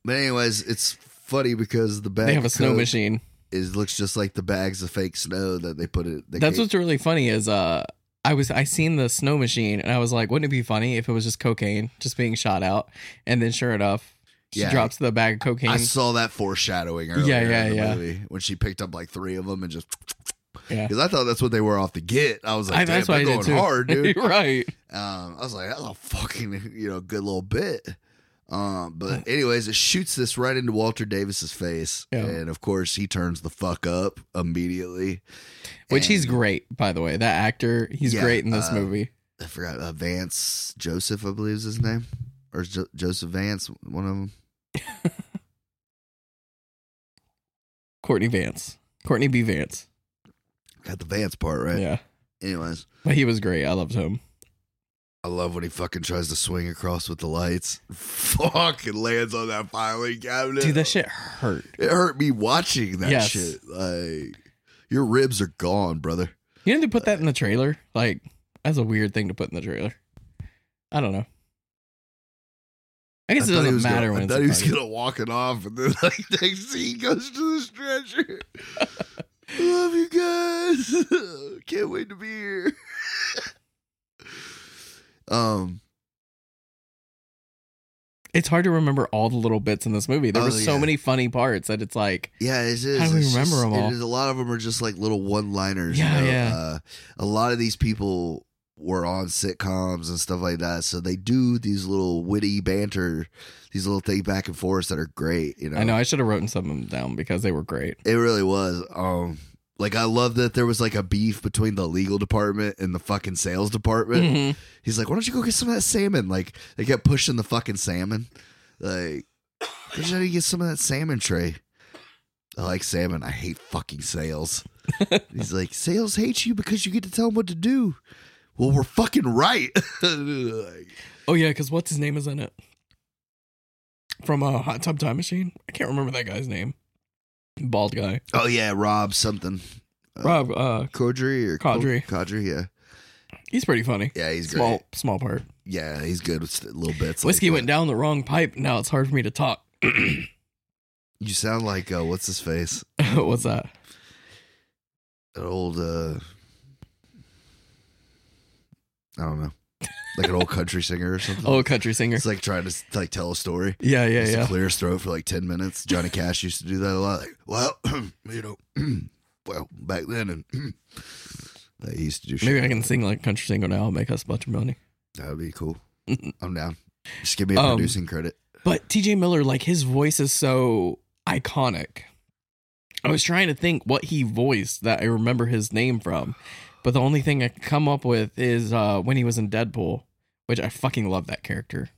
Speaker 3: but anyways, it's funny because the bag
Speaker 2: they have a
Speaker 3: of
Speaker 2: snow
Speaker 3: Coke
Speaker 2: machine.
Speaker 3: Is looks just like the bags of fake snow that they put it. They
Speaker 2: That's
Speaker 3: gave-
Speaker 2: what's really funny is uh, I was I seen the snow machine and I was like, wouldn't it be funny if it was just cocaine just being shot out? And then sure enough, she
Speaker 3: Yeah.
Speaker 2: drops the bag of cocaine.
Speaker 3: I saw that foreshadowing earlier
Speaker 2: Yeah, yeah,
Speaker 3: in the
Speaker 2: yeah.
Speaker 3: movie when she picked up like three of them and just
Speaker 2: Yeah.
Speaker 3: because I thought that's what they were off the get. I was like,
Speaker 2: I-
Speaker 3: damn,
Speaker 2: that's
Speaker 3: they're
Speaker 2: what I
Speaker 3: going
Speaker 2: did too.
Speaker 3: hard, dude.
Speaker 2: right.
Speaker 3: Um, I was like, that's a fucking you know good little bit. Um, but anyways, it shoots this right into Walter Davis's face,
Speaker 2: Mm. Yeah.
Speaker 3: and of course he turns the fuck up immediately.
Speaker 2: Which he's
Speaker 3: And-
Speaker 2: great, by the way. That actor, he's
Speaker 3: Yeah,
Speaker 2: great in this
Speaker 3: uh,
Speaker 2: movie.
Speaker 3: I forgot uh, Vance Joseph, I believe is his name, or jo- Joseph Vance, one of them.
Speaker 2: Courtney Vance. Courtney B. Vance.
Speaker 3: Got the Vance part right.
Speaker 2: Yeah.
Speaker 3: Anyways,
Speaker 2: But he was great. I loved him.
Speaker 3: I love when he fucking tries to swing across with the lights. Fucking lands on that filing cabinet.
Speaker 2: Dude, that shit hurt.
Speaker 3: It hurt me watching that
Speaker 2: Yes.
Speaker 3: shit. Like your ribs are gone, brother.
Speaker 2: You know they put that in the trailer? Like, that's a weird thing to put in the trailer. I don't know. I guess it
Speaker 3: thought he
Speaker 2: doesn't
Speaker 3: was
Speaker 2: matter
Speaker 3: gonna,
Speaker 2: when
Speaker 3: I
Speaker 2: it's
Speaker 3: thought
Speaker 2: a
Speaker 3: he was
Speaker 2: party.
Speaker 3: gonna walk it off, and then like next scene he goes to the stretcher. Love you guys. Can't wait to be here. um,
Speaker 2: It's hard to remember all the little bits in this movie. There
Speaker 3: Oh,
Speaker 2: were so
Speaker 3: yeah.
Speaker 2: many funny parts that it's like,
Speaker 3: yeah, it is.
Speaker 2: How do we
Speaker 3: It's
Speaker 2: remember
Speaker 3: just-
Speaker 2: 'em
Speaker 3: it
Speaker 2: all?
Speaker 3: is- a lot of them are just like little one-liners.
Speaker 2: Yeah,
Speaker 3: you know?
Speaker 2: yeah.
Speaker 3: Uh, a lot of these people were on sitcoms and stuff like that, so they do these little witty banter, these little things back and forth that are great. You know,
Speaker 2: I know I should have written some of them down because they were great.
Speaker 3: It really was. Um, like I love that there was like a beef between the legal department and the fucking sales department.
Speaker 2: Mhm.
Speaker 3: He's like, "Why don't you go get some of that salmon?" Like they kept pushing the fucking salmon. Like, why don't you get some of that salmon tray? I like salmon. I hate fucking sales. He's like, sales hate you because you get to tell them what to do. Well, we're fucking right. Like,
Speaker 2: Oh yeah, because what's his name is in it from a Hot Tub Time Machine. I can't remember that guy's name. Bald guy,
Speaker 3: oh yeah, Rob something. Uh,
Speaker 2: Rob. Uh,
Speaker 3: Caudry or
Speaker 2: Caudry.
Speaker 3: Caudry, yeah,
Speaker 2: he's pretty funny.
Speaker 3: yeah, he's great.
Speaker 2: Small, small part.
Speaker 3: Yeah, he's good with st- little bits. like
Speaker 2: Whiskey
Speaker 3: that.
Speaker 2: went down the wrong pipe. Now it's hard for me to talk.
Speaker 3: You sound like uh, what's his face?
Speaker 2: what's that?
Speaker 3: An old uh I don't know. Like an old country singer or something.
Speaker 2: Oh, country singer.
Speaker 3: It's like trying to s- like tell a story.
Speaker 2: Yeah, yeah,
Speaker 3: Just to
Speaker 2: yeah.
Speaker 3: clear his throat for like ten minutes. Johnny Cash used to do that a lot. Like, well, you know, well, back then and they used to do shit.
Speaker 2: Maybe I can sing like country singer now and make us a bunch of money.
Speaker 3: That would be cool. I'm down. Just give me a
Speaker 2: Um,
Speaker 3: producing credit.
Speaker 2: But TJ Miller, like his voice is so iconic. I was trying to think what he voiced that I remember his name from, but the only thing I could come up with is uh, when he was in Deadpool, which I fucking love that character.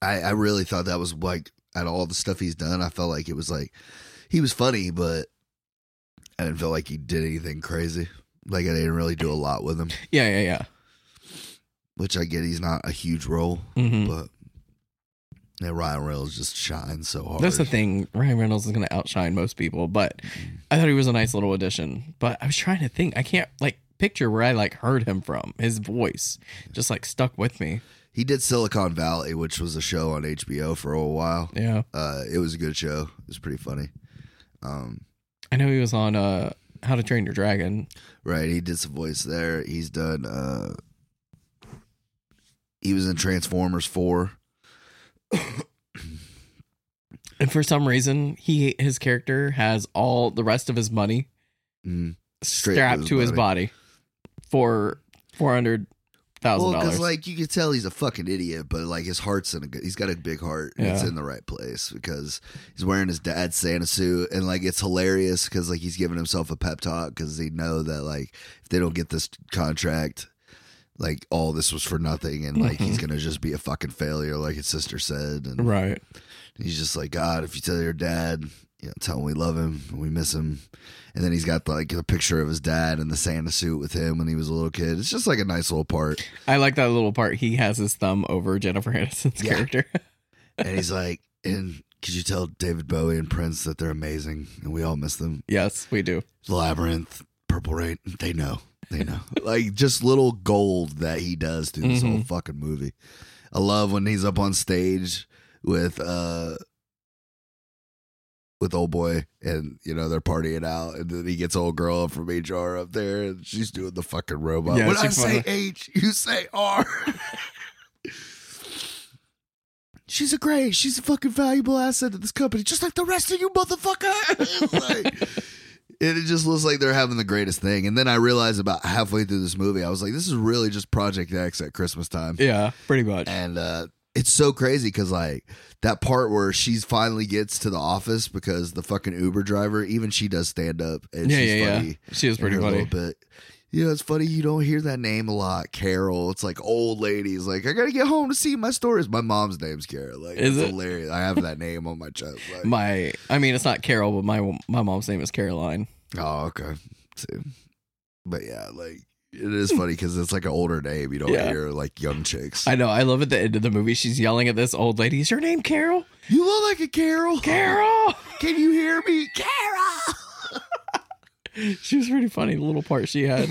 Speaker 3: I, I really thought that was like out of all the stuff he's done, I felt like it was like he was funny, but I didn't feel like he did anything crazy. Like I didn't really do a lot with him,
Speaker 2: Yeah, yeah,
Speaker 3: which I get he's not a huge role,
Speaker 2: yeah. hmm
Speaker 3: but and Ryan Reynolds just shines so hard.
Speaker 2: That's the thing. Ryan Reynolds is going to outshine most people, but I thought he was a nice little addition. But I was trying to think. I can't like picture where I like heard him from. His voice just like stuck with me.
Speaker 3: He did Silicon Valley, which was a show on HBO for a while.
Speaker 2: Yeah.
Speaker 3: Uh, it was a good show. It was pretty funny. Um,
Speaker 2: I know he was on uh How to Train Your Dragon.
Speaker 3: Right, he did some voice there. He's done. uh He was in Transformers Four.
Speaker 2: And for some reason, he his character has all the rest of his money
Speaker 3: Mm. Straight to
Speaker 2: strapped
Speaker 3: his
Speaker 2: to his body for four hundred
Speaker 3: Well,
Speaker 2: thousand
Speaker 3: because
Speaker 2: dollars.
Speaker 3: like you could tell he's a fucking idiot, but like his heart's in a good. He's got a big heart. and It's
Speaker 2: Yeah.
Speaker 3: in the right place because he's wearing his dad's Santa suit, and like it's hilarious because like he's giving himself a pep talk because he know that like if they don't get this contract, like all this was for nothing, and like he's gonna just be a fucking failure, like his sister said, and
Speaker 2: Mm-hmm. right.
Speaker 3: He's just like, God, if you tell your dad, you know, tell him we love him, we miss him. And then he's got like a picture of his dad in the Santa suit with him when he was a little kid. It's just like a nice little part.
Speaker 2: I like that little part. He has his thumb over Jennifer Aniston's
Speaker 3: Yeah.
Speaker 2: character.
Speaker 3: And he's like, and could you tell David Bowie and Prince that they're amazing and we all miss them?
Speaker 2: yes, we do.
Speaker 3: Labyrinth, Purple Rain, they know. They know. like just little gold that he does through this whole fucking movie. I love when he's up on stage with uh with old boy and you know they're partying out and then he gets old girl from HR up there and she's doing the fucking robot.
Speaker 2: Yeah,
Speaker 3: when
Speaker 2: she
Speaker 3: I say
Speaker 2: finally-
Speaker 3: H, you say R. She's a great, she's a fucking valuable asset to this company, just like the rest of you motherfucker. Like, and it just looks like they're having the greatest thing. And then I realized about halfway through this movie, I was like, this is really just Project X at Christmas time.
Speaker 2: Yeah, pretty much.
Speaker 3: And uh, it's so crazy because like that part where she's finally gets to the office because the fucking Uber driver, even she does stand up and
Speaker 2: yeah,
Speaker 3: she's
Speaker 2: yeah,
Speaker 3: funny.
Speaker 2: yeah. She was
Speaker 3: in
Speaker 2: pretty
Speaker 3: her
Speaker 2: funny.
Speaker 3: little bit. You know, it's funny you don't hear that name a lot, Carol. It's like old ladies. Like I gotta get home to see my stories. My mom's name's Carol. Like
Speaker 2: Is
Speaker 3: it's
Speaker 2: it?
Speaker 3: hilarious. I have that name on my chest. Like,
Speaker 2: My, I mean, it's not Carol, but my my mom's name is Caroline.
Speaker 3: Oh, okay. See. But yeah, like it is funny because it's like an older name. You don't
Speaker 2: Yeah.
Speaker 3: hear like young chicks.
Speaker 2: I know. I love at the end of the movie, she's yelling at this old lady. Is your name Carol?
Speaker 3: you look like a Carol.
Speaker 2: Carol.
Speaker 3: Can you hear me? Carol.
Speaker 2: she was pretty funny. The little part she had.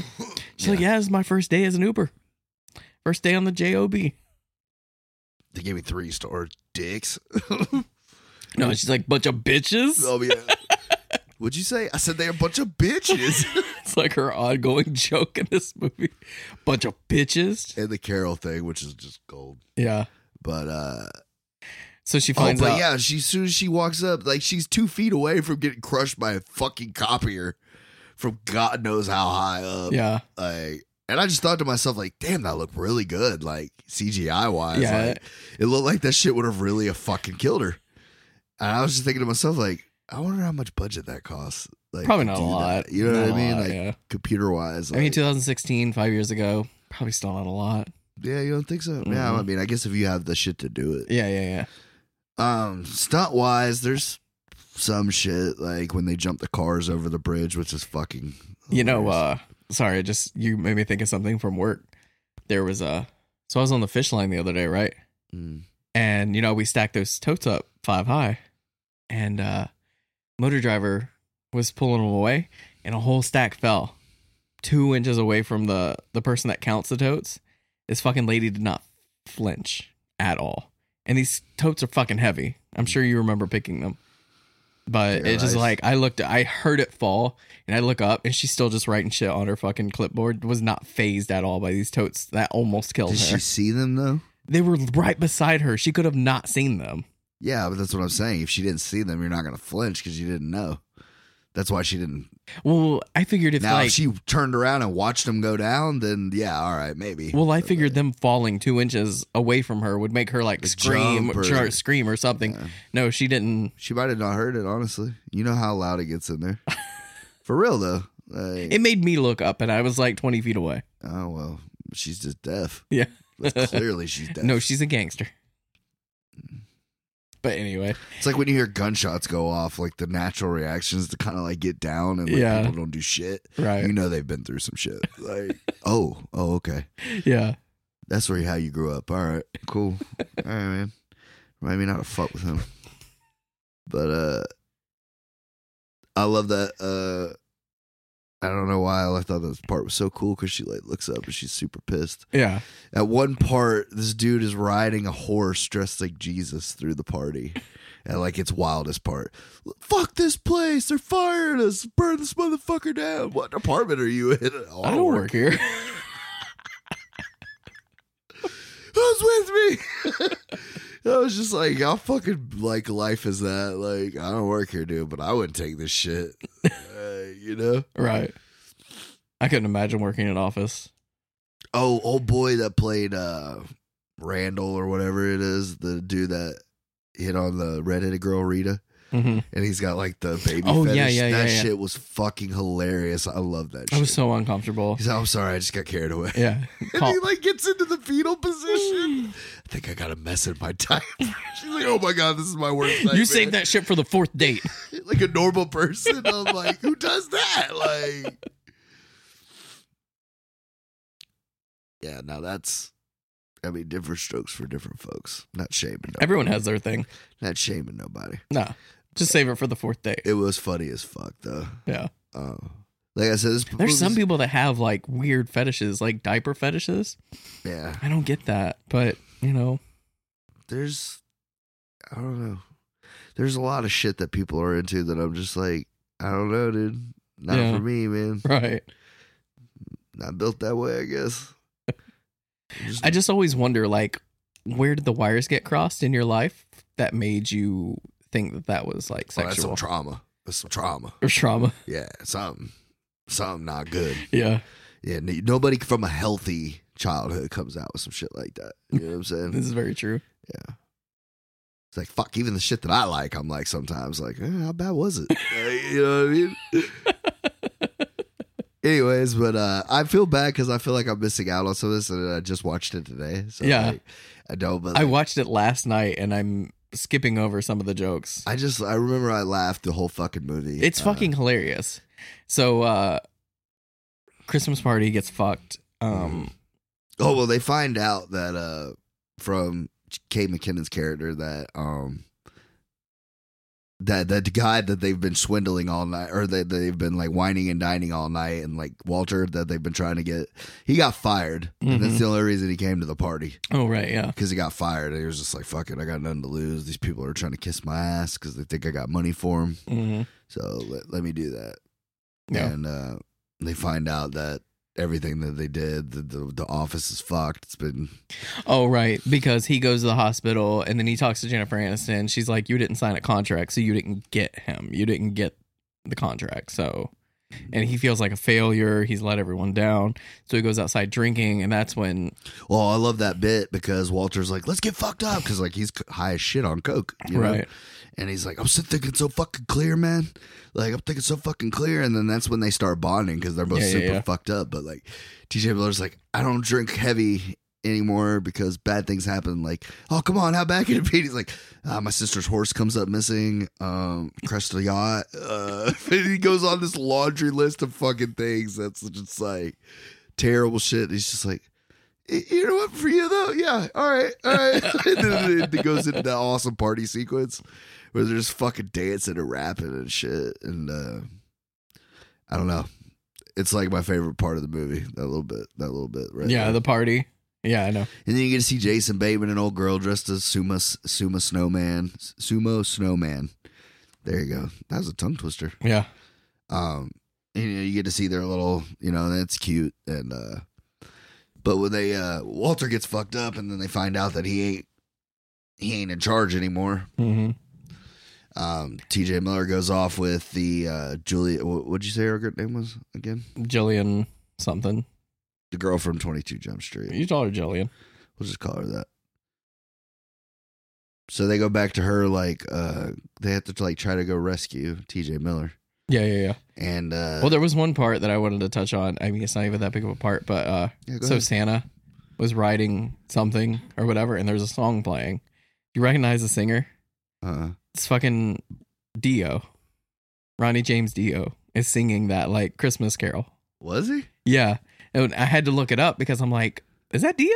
Speaker 2: She's like, yeah, this is my first day as an Uber. First day on the job.
Speaker 3: They gave me three star dicks.
Speaker 2: No, she's like bunch of bitches.
Speaker 3: oh yeah. Would you say? I said they're a bunch of bitches.
Speaker 2: It's like her ongoing joke in this movie. Bunch of bitches.
Speaker 3: and the Carol thing, which is just gold.
Speaker 2: Yeah.
Speaker 3: But uh
Speaker 2: So she
Speaker 3: oh,
Speaker 2: finds
Speaker 3: but
Speaker 2: out.
Speaker 3: yeah, she soon as she walks up, like she's two feet away from getting crushed by a fucking copier from God knows how high up.
Speaker 2: Yeah.
Speaker 3: Like and I just thought to myself, like, damn, that looked really good, like CGI wise.
Speaker 2: Yeah.
Speaker 3: Like, it looked like that shit would have really have fucking killed her. And I was just thinking to myself, like, I wonder how much budget that costs. Like,
Speaker 2: Probably
Speaker 3: to
Speaker 2: not a
Speaker 3: do that.
Speaker 2: lot.
Speaker 3: You know
Speaker 2: Not
Speaker 3: what
Speaker 2: a
Speaker 3: I mean?
Speaker 2: lot,
Speaker 3: like
Speaker 2: yeah.
Speaker 3: computer wise.
Speaker 2: I mean, 2016, five years ago, probably still not a lot.
Speaker 3: Yeah, you don't think so? Yeah, I
Speaker 2: Mhm.
Speaker 3: mean, I guess if you have the shit to do it.
Speaker 2: Yeah, yeah, yeah.
Speaker 3: Um, stunt wise, there's some shit like when they jump the cars over the bridge, which is fucking.
Speaker 2: You know,
Speaker 3: hilarious.
Speaker 2: uh, sorry, just you made me think of something from work. There was a, so I was on the fish line the other day, right?
Speaker 3: Mm.
Speaker 2: And you know, we stacked those totes up five high, and uh, motor driver was pulling them away, and a whole stack fell two inches away from the the person that counts the totes. This fucking lady did not flinch at all, and these totes are fucking heavy. I'm sure you remember picking them, but
Speaker 3: Yeah,
Speaker 2: it's just
Speaker 3: nice.
Speaker 2: like I looked, I heard it fall, and I look up, and she's still just writing shit on her fucking clipboard. Was not phased at all by these totes that almost killed
Speaker 3: did
Speaker 2: her
Speaker 3: she see them though?
Speaker 2: they were right beside her. She could have not seen them.
Speaker 3: Yeah, but that's what I'm saying. If she didn't see them, you're not gonna flinch because you didn't know. That's why she didn't.
Speaker 2: Well, I figured if
Speaker 3: now,
Speaker 2: like
Speaker 3: if she turned around and watched them go down, then yeah, all right, maybe.
Speaker 2: well, I figured them falling two inches away from her would make her like
Speaker 3: The
Speaker 2: scream,
Speaker 3: jump or-
Speaker 2: or, scream or something.
Speaker 3: Yeah.
Speaker 2: No, she didn't.
Speaker 3: She might have not heard it. Honestly, you know how loud it gets in there. For real though. Like,
Speaker 2: It made me look up, and I was like twenty feet away.
Speaker 3: oh well, she's just deaf.
Speaker 2: Yeah,
Speaker 3: Clearly, she's deaf.
Speaker 2: no, she's a gangster.
Speaker 3: Mm.
Speaker 2: But anyway,
Speaker 3: It's like when you hear gunshots go off, like the natural reaction is to kind of like get down and like
Speaker 2: Yeah.
Speaker 3: people don't do shit. You
Speaker 2: right?
Speaker 3: know they've been through some shit. Like, oh, oh, okay.
Speaker 2: Yeah,
Speaker 3: That's where how you grew up. All right, cool. All right, man. Remind me not to fuck with him. But uh, I love that. Uh, I don't know why I thought this part was so cool because she like looks up and she's super pissed.
Speaker 2: yeah,
Speaker 3: At one part, this dude is riding a horse dressed like Jesus through the party. And like its wildest part. Fuck this place. They're firing us. Burn this motherfucker down. What apartment are you in? Oh,
Speaker 2: I don't work here.
Speaker 3: Who's with me? I was just like, how fucking like life is that? Like, I don't work here, dude, but I wouldn't take this shit. Uh, you know?
Speaker 2: right? I couldn't imagine working in an office.
Speaker 3: Oh, old boy that played uh Randall or whatever it is, the dude that hit on the redheaded girl Rita.
Speaker 2: hmm
Speaker 3: and he's got like the baby
Speaker 2: Oh,
Speaker 3: fetish.
Speaker 2: yeah, yeah,
Speaker 3: that
Speaker 2: yeah, yeah.
Speaker 3: shit was fucking hilarious. I love that
Speaker 2: I
Speaker 3: shit.
Speaker 2: was so uncomfortable.
Speaker 3: he's like, I'm sorry, I just got carried away.
Speaker 2: Yeah,
Speaker 3: And
Speaker 2: Call-
Speaker 3: he like gets into the fetal position. I think I got a mess in my diaper. She's like, oh my god, this is my worst nightmare.
Speaker 2: you saved that shit for the fourth date.
Speaker 3: like a normal person. I'm like, who does that? Like, yeah. Now that's, I mean, different strokes for different folks. Not shaming. Nobody.
Speaker 2: Everyone has their thing.
Speaker 3: Not shaming nobody.
Speaker 2: No, just save it for the fourth date.
Speaker 3: It was funny as fuck though.
Speaker 2: Yeah.
Speaker 3: Uh, like I said, this
Speaker 2: There's some
Speaker 3: movie's-
Speaker 2: people that have like weird fetishes, like diaper fetishes.
Speaker 3: Yeah,
Speaker 2: I don't get that, but you know,
Speaker 3: there's, I don't know. There's a lot of shit that people are into that I'm just like, I don't know, dude. Not
Speaker 2: Yeah.
Speaker 3: for me, man.
Speaker 2: right.
Speaker 3: Not built that way, I guess. Just-
Speaker 2: I just always wonder, like, where did the wires get crossed in your life that made you think that that was like
Speaker 3: Oh, that's
Speaker 2: sexual
Speaker 3: some trauma. That's some trauma.
Speaker 2: or trauma?
Speaker 3: Yeah, something, something not good.
Speaker 2: Yeah.
Speaker 3: Yeah, n- nobody from a healthy childhood comes out with some shit like that. You know what I'm saying?
Speaker 2: This is very true.
Speaker 3: It's like fuck, even the shit that I like, I'm like sometimes like, eh, how bad was it? Like, you know what I mean? Anyways, but uh, I feel bad because I feel like I'm missing out on some of this, and I just watched it today. So
Speaker 2: Yeah.
Speaker 3: like, I know, but
Speaker 2: I
Speaker 3: like,
Speaker 2: watched it last night and I'm skipping over some of the jokes.
Speaker 3: I, just I remember I laughed the whole fucking movie.
Speaker 2: It's
Speaker 3: Uh,
Speaker 2: fucking hilarious. So, uh, Christmas party gets fucked. Um,
Speaker 3: Oh well, they find out that uh, from Kate McKinnon's character that um, that that guy that they've been swindling all night or that they've been like whining and dining all night and like Walter that they've been trying to get he got fired. And that's the only reason he came to the party
Speaker 2: Oh right, yeah.
Speaker 3: because he got fired. And he was just like, "Fuck it, I got nothing to lose. These people are trying to kiss my ass because they think I got money for them.
Speaker 2: hmm
Speaker 3: So let, let me do that."
Speaker 2: Yeah.
Speaker 3: And uh, they find out that everything that they did, the, the the office is fucked. It's been
Speaker 2: Oh right, because he goes to the hospital and then he talks to Jennifer Aniston. She's like, "You didn't sign a contract, so you didn't get him. You didn't get the contract." So, and he feels like a failure. He's let everyone down. So he goes outside drinking, and that's when
Speaker 3: well. I love that bit because Walter's like, "Let's get fucked up," because like he's c- high as shit on coke, you know?
Speaker 2: right.
Speaker 3: And he's like, I'm still thinking so fucking clear, man. Like, I'm thinking so fucking clear. And then that's when they start bonding because they're both
Speaker 2: Yeah, yeah,
Speaker 3: super
Speaker 2: yeah.
Speaker 3: fucked up. But like, TJ Miller's like, I don't drink heavy anymore because bad things happen. Like, oh, come on, how bad can it be? He's like, ah, my sister's horse comes up missing, um, crashed the yacht. Uh, and he goes on this laundry list of fucking things that's just like terrible shit. And he's just like, "Y- you know what, for you though, yeah, all right, all right. and then it goes into that awesome party sequence where they're just fucking dancing and rapping and shit. And uh, I don't know. It's like my favorite part of the movie. That little bit. That little bit. Right.
Speaker 2: yeah,
Speaker 3: there.
Speaker 2: the party. Yeah, I know.
Speaker 3: and then you get to see Jason Bateman, an old girl dressed as Suma Suma Snowman, Sumo Snowman. There you go. That was a tongue twister.
Speaker 2: Yeah,
Speaker 3: Um, and, you know, you get to see their little, you know, and it's cute. And uh, but when they uh, Walter gets fucked up, and then they find out that he ain't he ain't in charge anymore.
Speaker 2: hmm
Speaker 3: Um, TJ Miller goes off with the uh, Julia. wh- What'd you say her good name was again?
Speaker 2: Jillian something.
Speaker 3: The girl from Twenty Two Jump Street.
Speaker 2: You call her Jillian.
Speaker 3: We'll just call her that. So they go back to her like uh, they have to like try to go rescue TJ Miller,
Speaker 2: Yeah, yeah, yeah.
Speaker 3: and uh,
Speaker 2: Well, there was one part that I wanted to touch on. I mean, it's not even that big of a part, but uh,
Speaker 3: yeah, go
Speaker 2: so
Speaker 3: ahead.
Speaker 2: Santa was writing something or whatever, and there's a song playing. You recognize the singer?
Speaker 3: uh,
Speaker 2: It's fucking Dio. Ronnie James Dio is singing that like Christmas Carol.
Speaker 3: was he?
Speaker 2: Yeah, and I had to look it up because I'm like, is that Dio?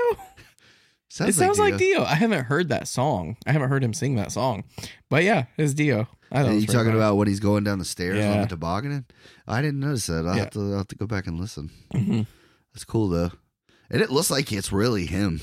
Speaker 3: Sounds
Speaker 2: it sounds like
Speaker 3: Dio.
Speaker 2: Dio. I haven't heard that song. I haven't heard him sing that song, but yeah, it's Dio. I
Speaker 3: Are
Speaker 2: don't.
Speaker 3: uh, you talking about when he's going down the stairs on
Speaker 2: Yeah.
Speaker 3: the tobogganing? I didn't notice that. I'll,
Speaker 2: Yeah.
Speaker 3: have to, I'll have to go back and listen.
Speaker 2: Mm-hmm.
Speaker 3: That's cool though, and it looks like it's really him.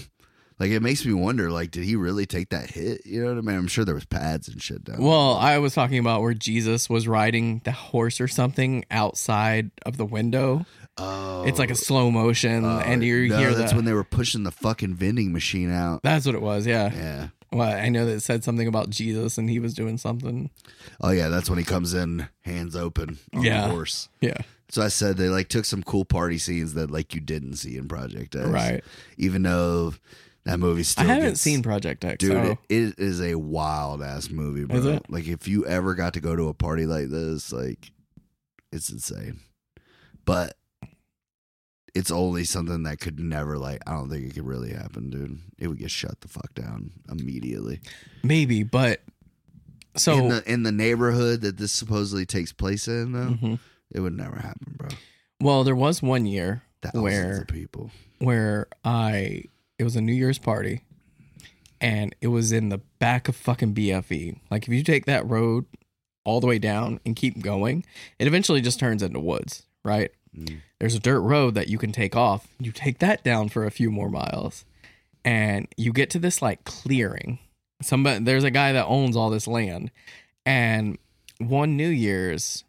Speaker 3: Like it makes me wonder. Like, did he really take that hit? You know what I mean? I'm sure there was pads and shit down.
Speaker 2: Well, I was talking about where Jesus was riding the horse or something outside of the window.
Speaker 3: oh,
Speaker 2: It's like a slow motion,
Speaker 3: oh,
Speaker 2: and you
Speaker 3: no,
Speaker 2: hear
Speaker 3: that's
Speaker 2: the-
Speaker 3: when they were pushing the fucking vending machine out.
Speaker 2: That's what it was, yeah.
Speaker 3: Yeah.
Speaker 2: Well, I know that it said something about Jesus and he was doing something.
Speaker 3: Oh yeah, that's when he comes in, hands open, on
Speaker 2: Yeah.
Speaker 3: the horse.
Speaker 2: Yeah.
Speaker 3: So I said they like took some cool party scenes that like you didn't see in Project X,
Speaker 2: Right.
Speaker 3: Even though that movie still
Speaker 2: I haven't
Speaker 3: gets-
Speaker 2: seen Project X.
Speaker 3: Dude,
Speaker 2: so-
Speaker 3: it, it is a wild ass movie, bro.
Speaker 2: Is it?
Speaker 3: Like if you ever got to go to a party like this, like it's insane. But it's only something that could never like I don't think it could really happen, dude. It would get shut the fuck down immediately.
Speaker 2: maybe, but so
Speaker 3: in the in the neighborhood that this supposedly takes place in though,
Speaker 2: Mhm.
Speaker 3: it would never happen, bro.
Speaker 2: well, there was one year
Speaker 3: Thousands
Speaker 2: Where?
Speaker 3: of people.
Speaker 2: where I it was a New Year's party and it was in the back of fucking BFE. Like if you take that road all the way down and keep going, it eventually just turns into woods, right?
Speaker 3: Mm.
Speaker 2: There's a dirt road that you can take off. You take that down for a few more miles and you get to this like clearing. Somebody there's a guy that owns all this land and one New Year's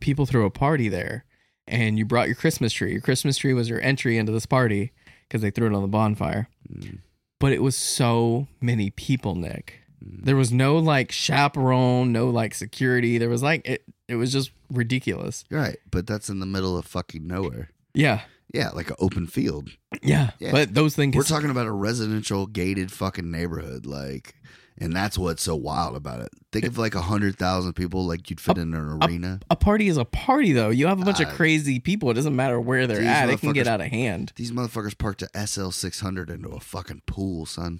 Speaker 2: people threw a party there and you brought your Christmas tree. Your Christmas tree was your entry into this party because they threw it on the bonfire.
Speaker 3: Mm.
Speaker 2: But it was so many people, Nick.
Speaker 3: Mm.
Speaker 2: There was no like chaperone, no like security. There was like it it was just ridiculous.
Speaker 3: You're right, but that's in the middle of fucking nowhere.
Speaker 2: Yeah.
Speaker 3: Yeah, like an open field.
Speaker 2: Yeah.
Speaker 3: Yeah.
Speaker 2: But those things
Speaker 3: We're talking about a residential gated fucking neighborhood, like, and that's what's so wild about it. Think of like a hundred thousand people, like you'd fit in an arena.
Speaker 2: a party is a party though. You have a bunch of
Speaker 3: Uh,
Speaker 2: crazy people. It doesn't matter where they're
Speaker 3: these
Speaker 2: at. It can get
Speaker 3: motherfuckers-
Speaker 2: out of hand.
Speaker 3: These motherfuckers parked a SL six hundred into a fucking pool, son.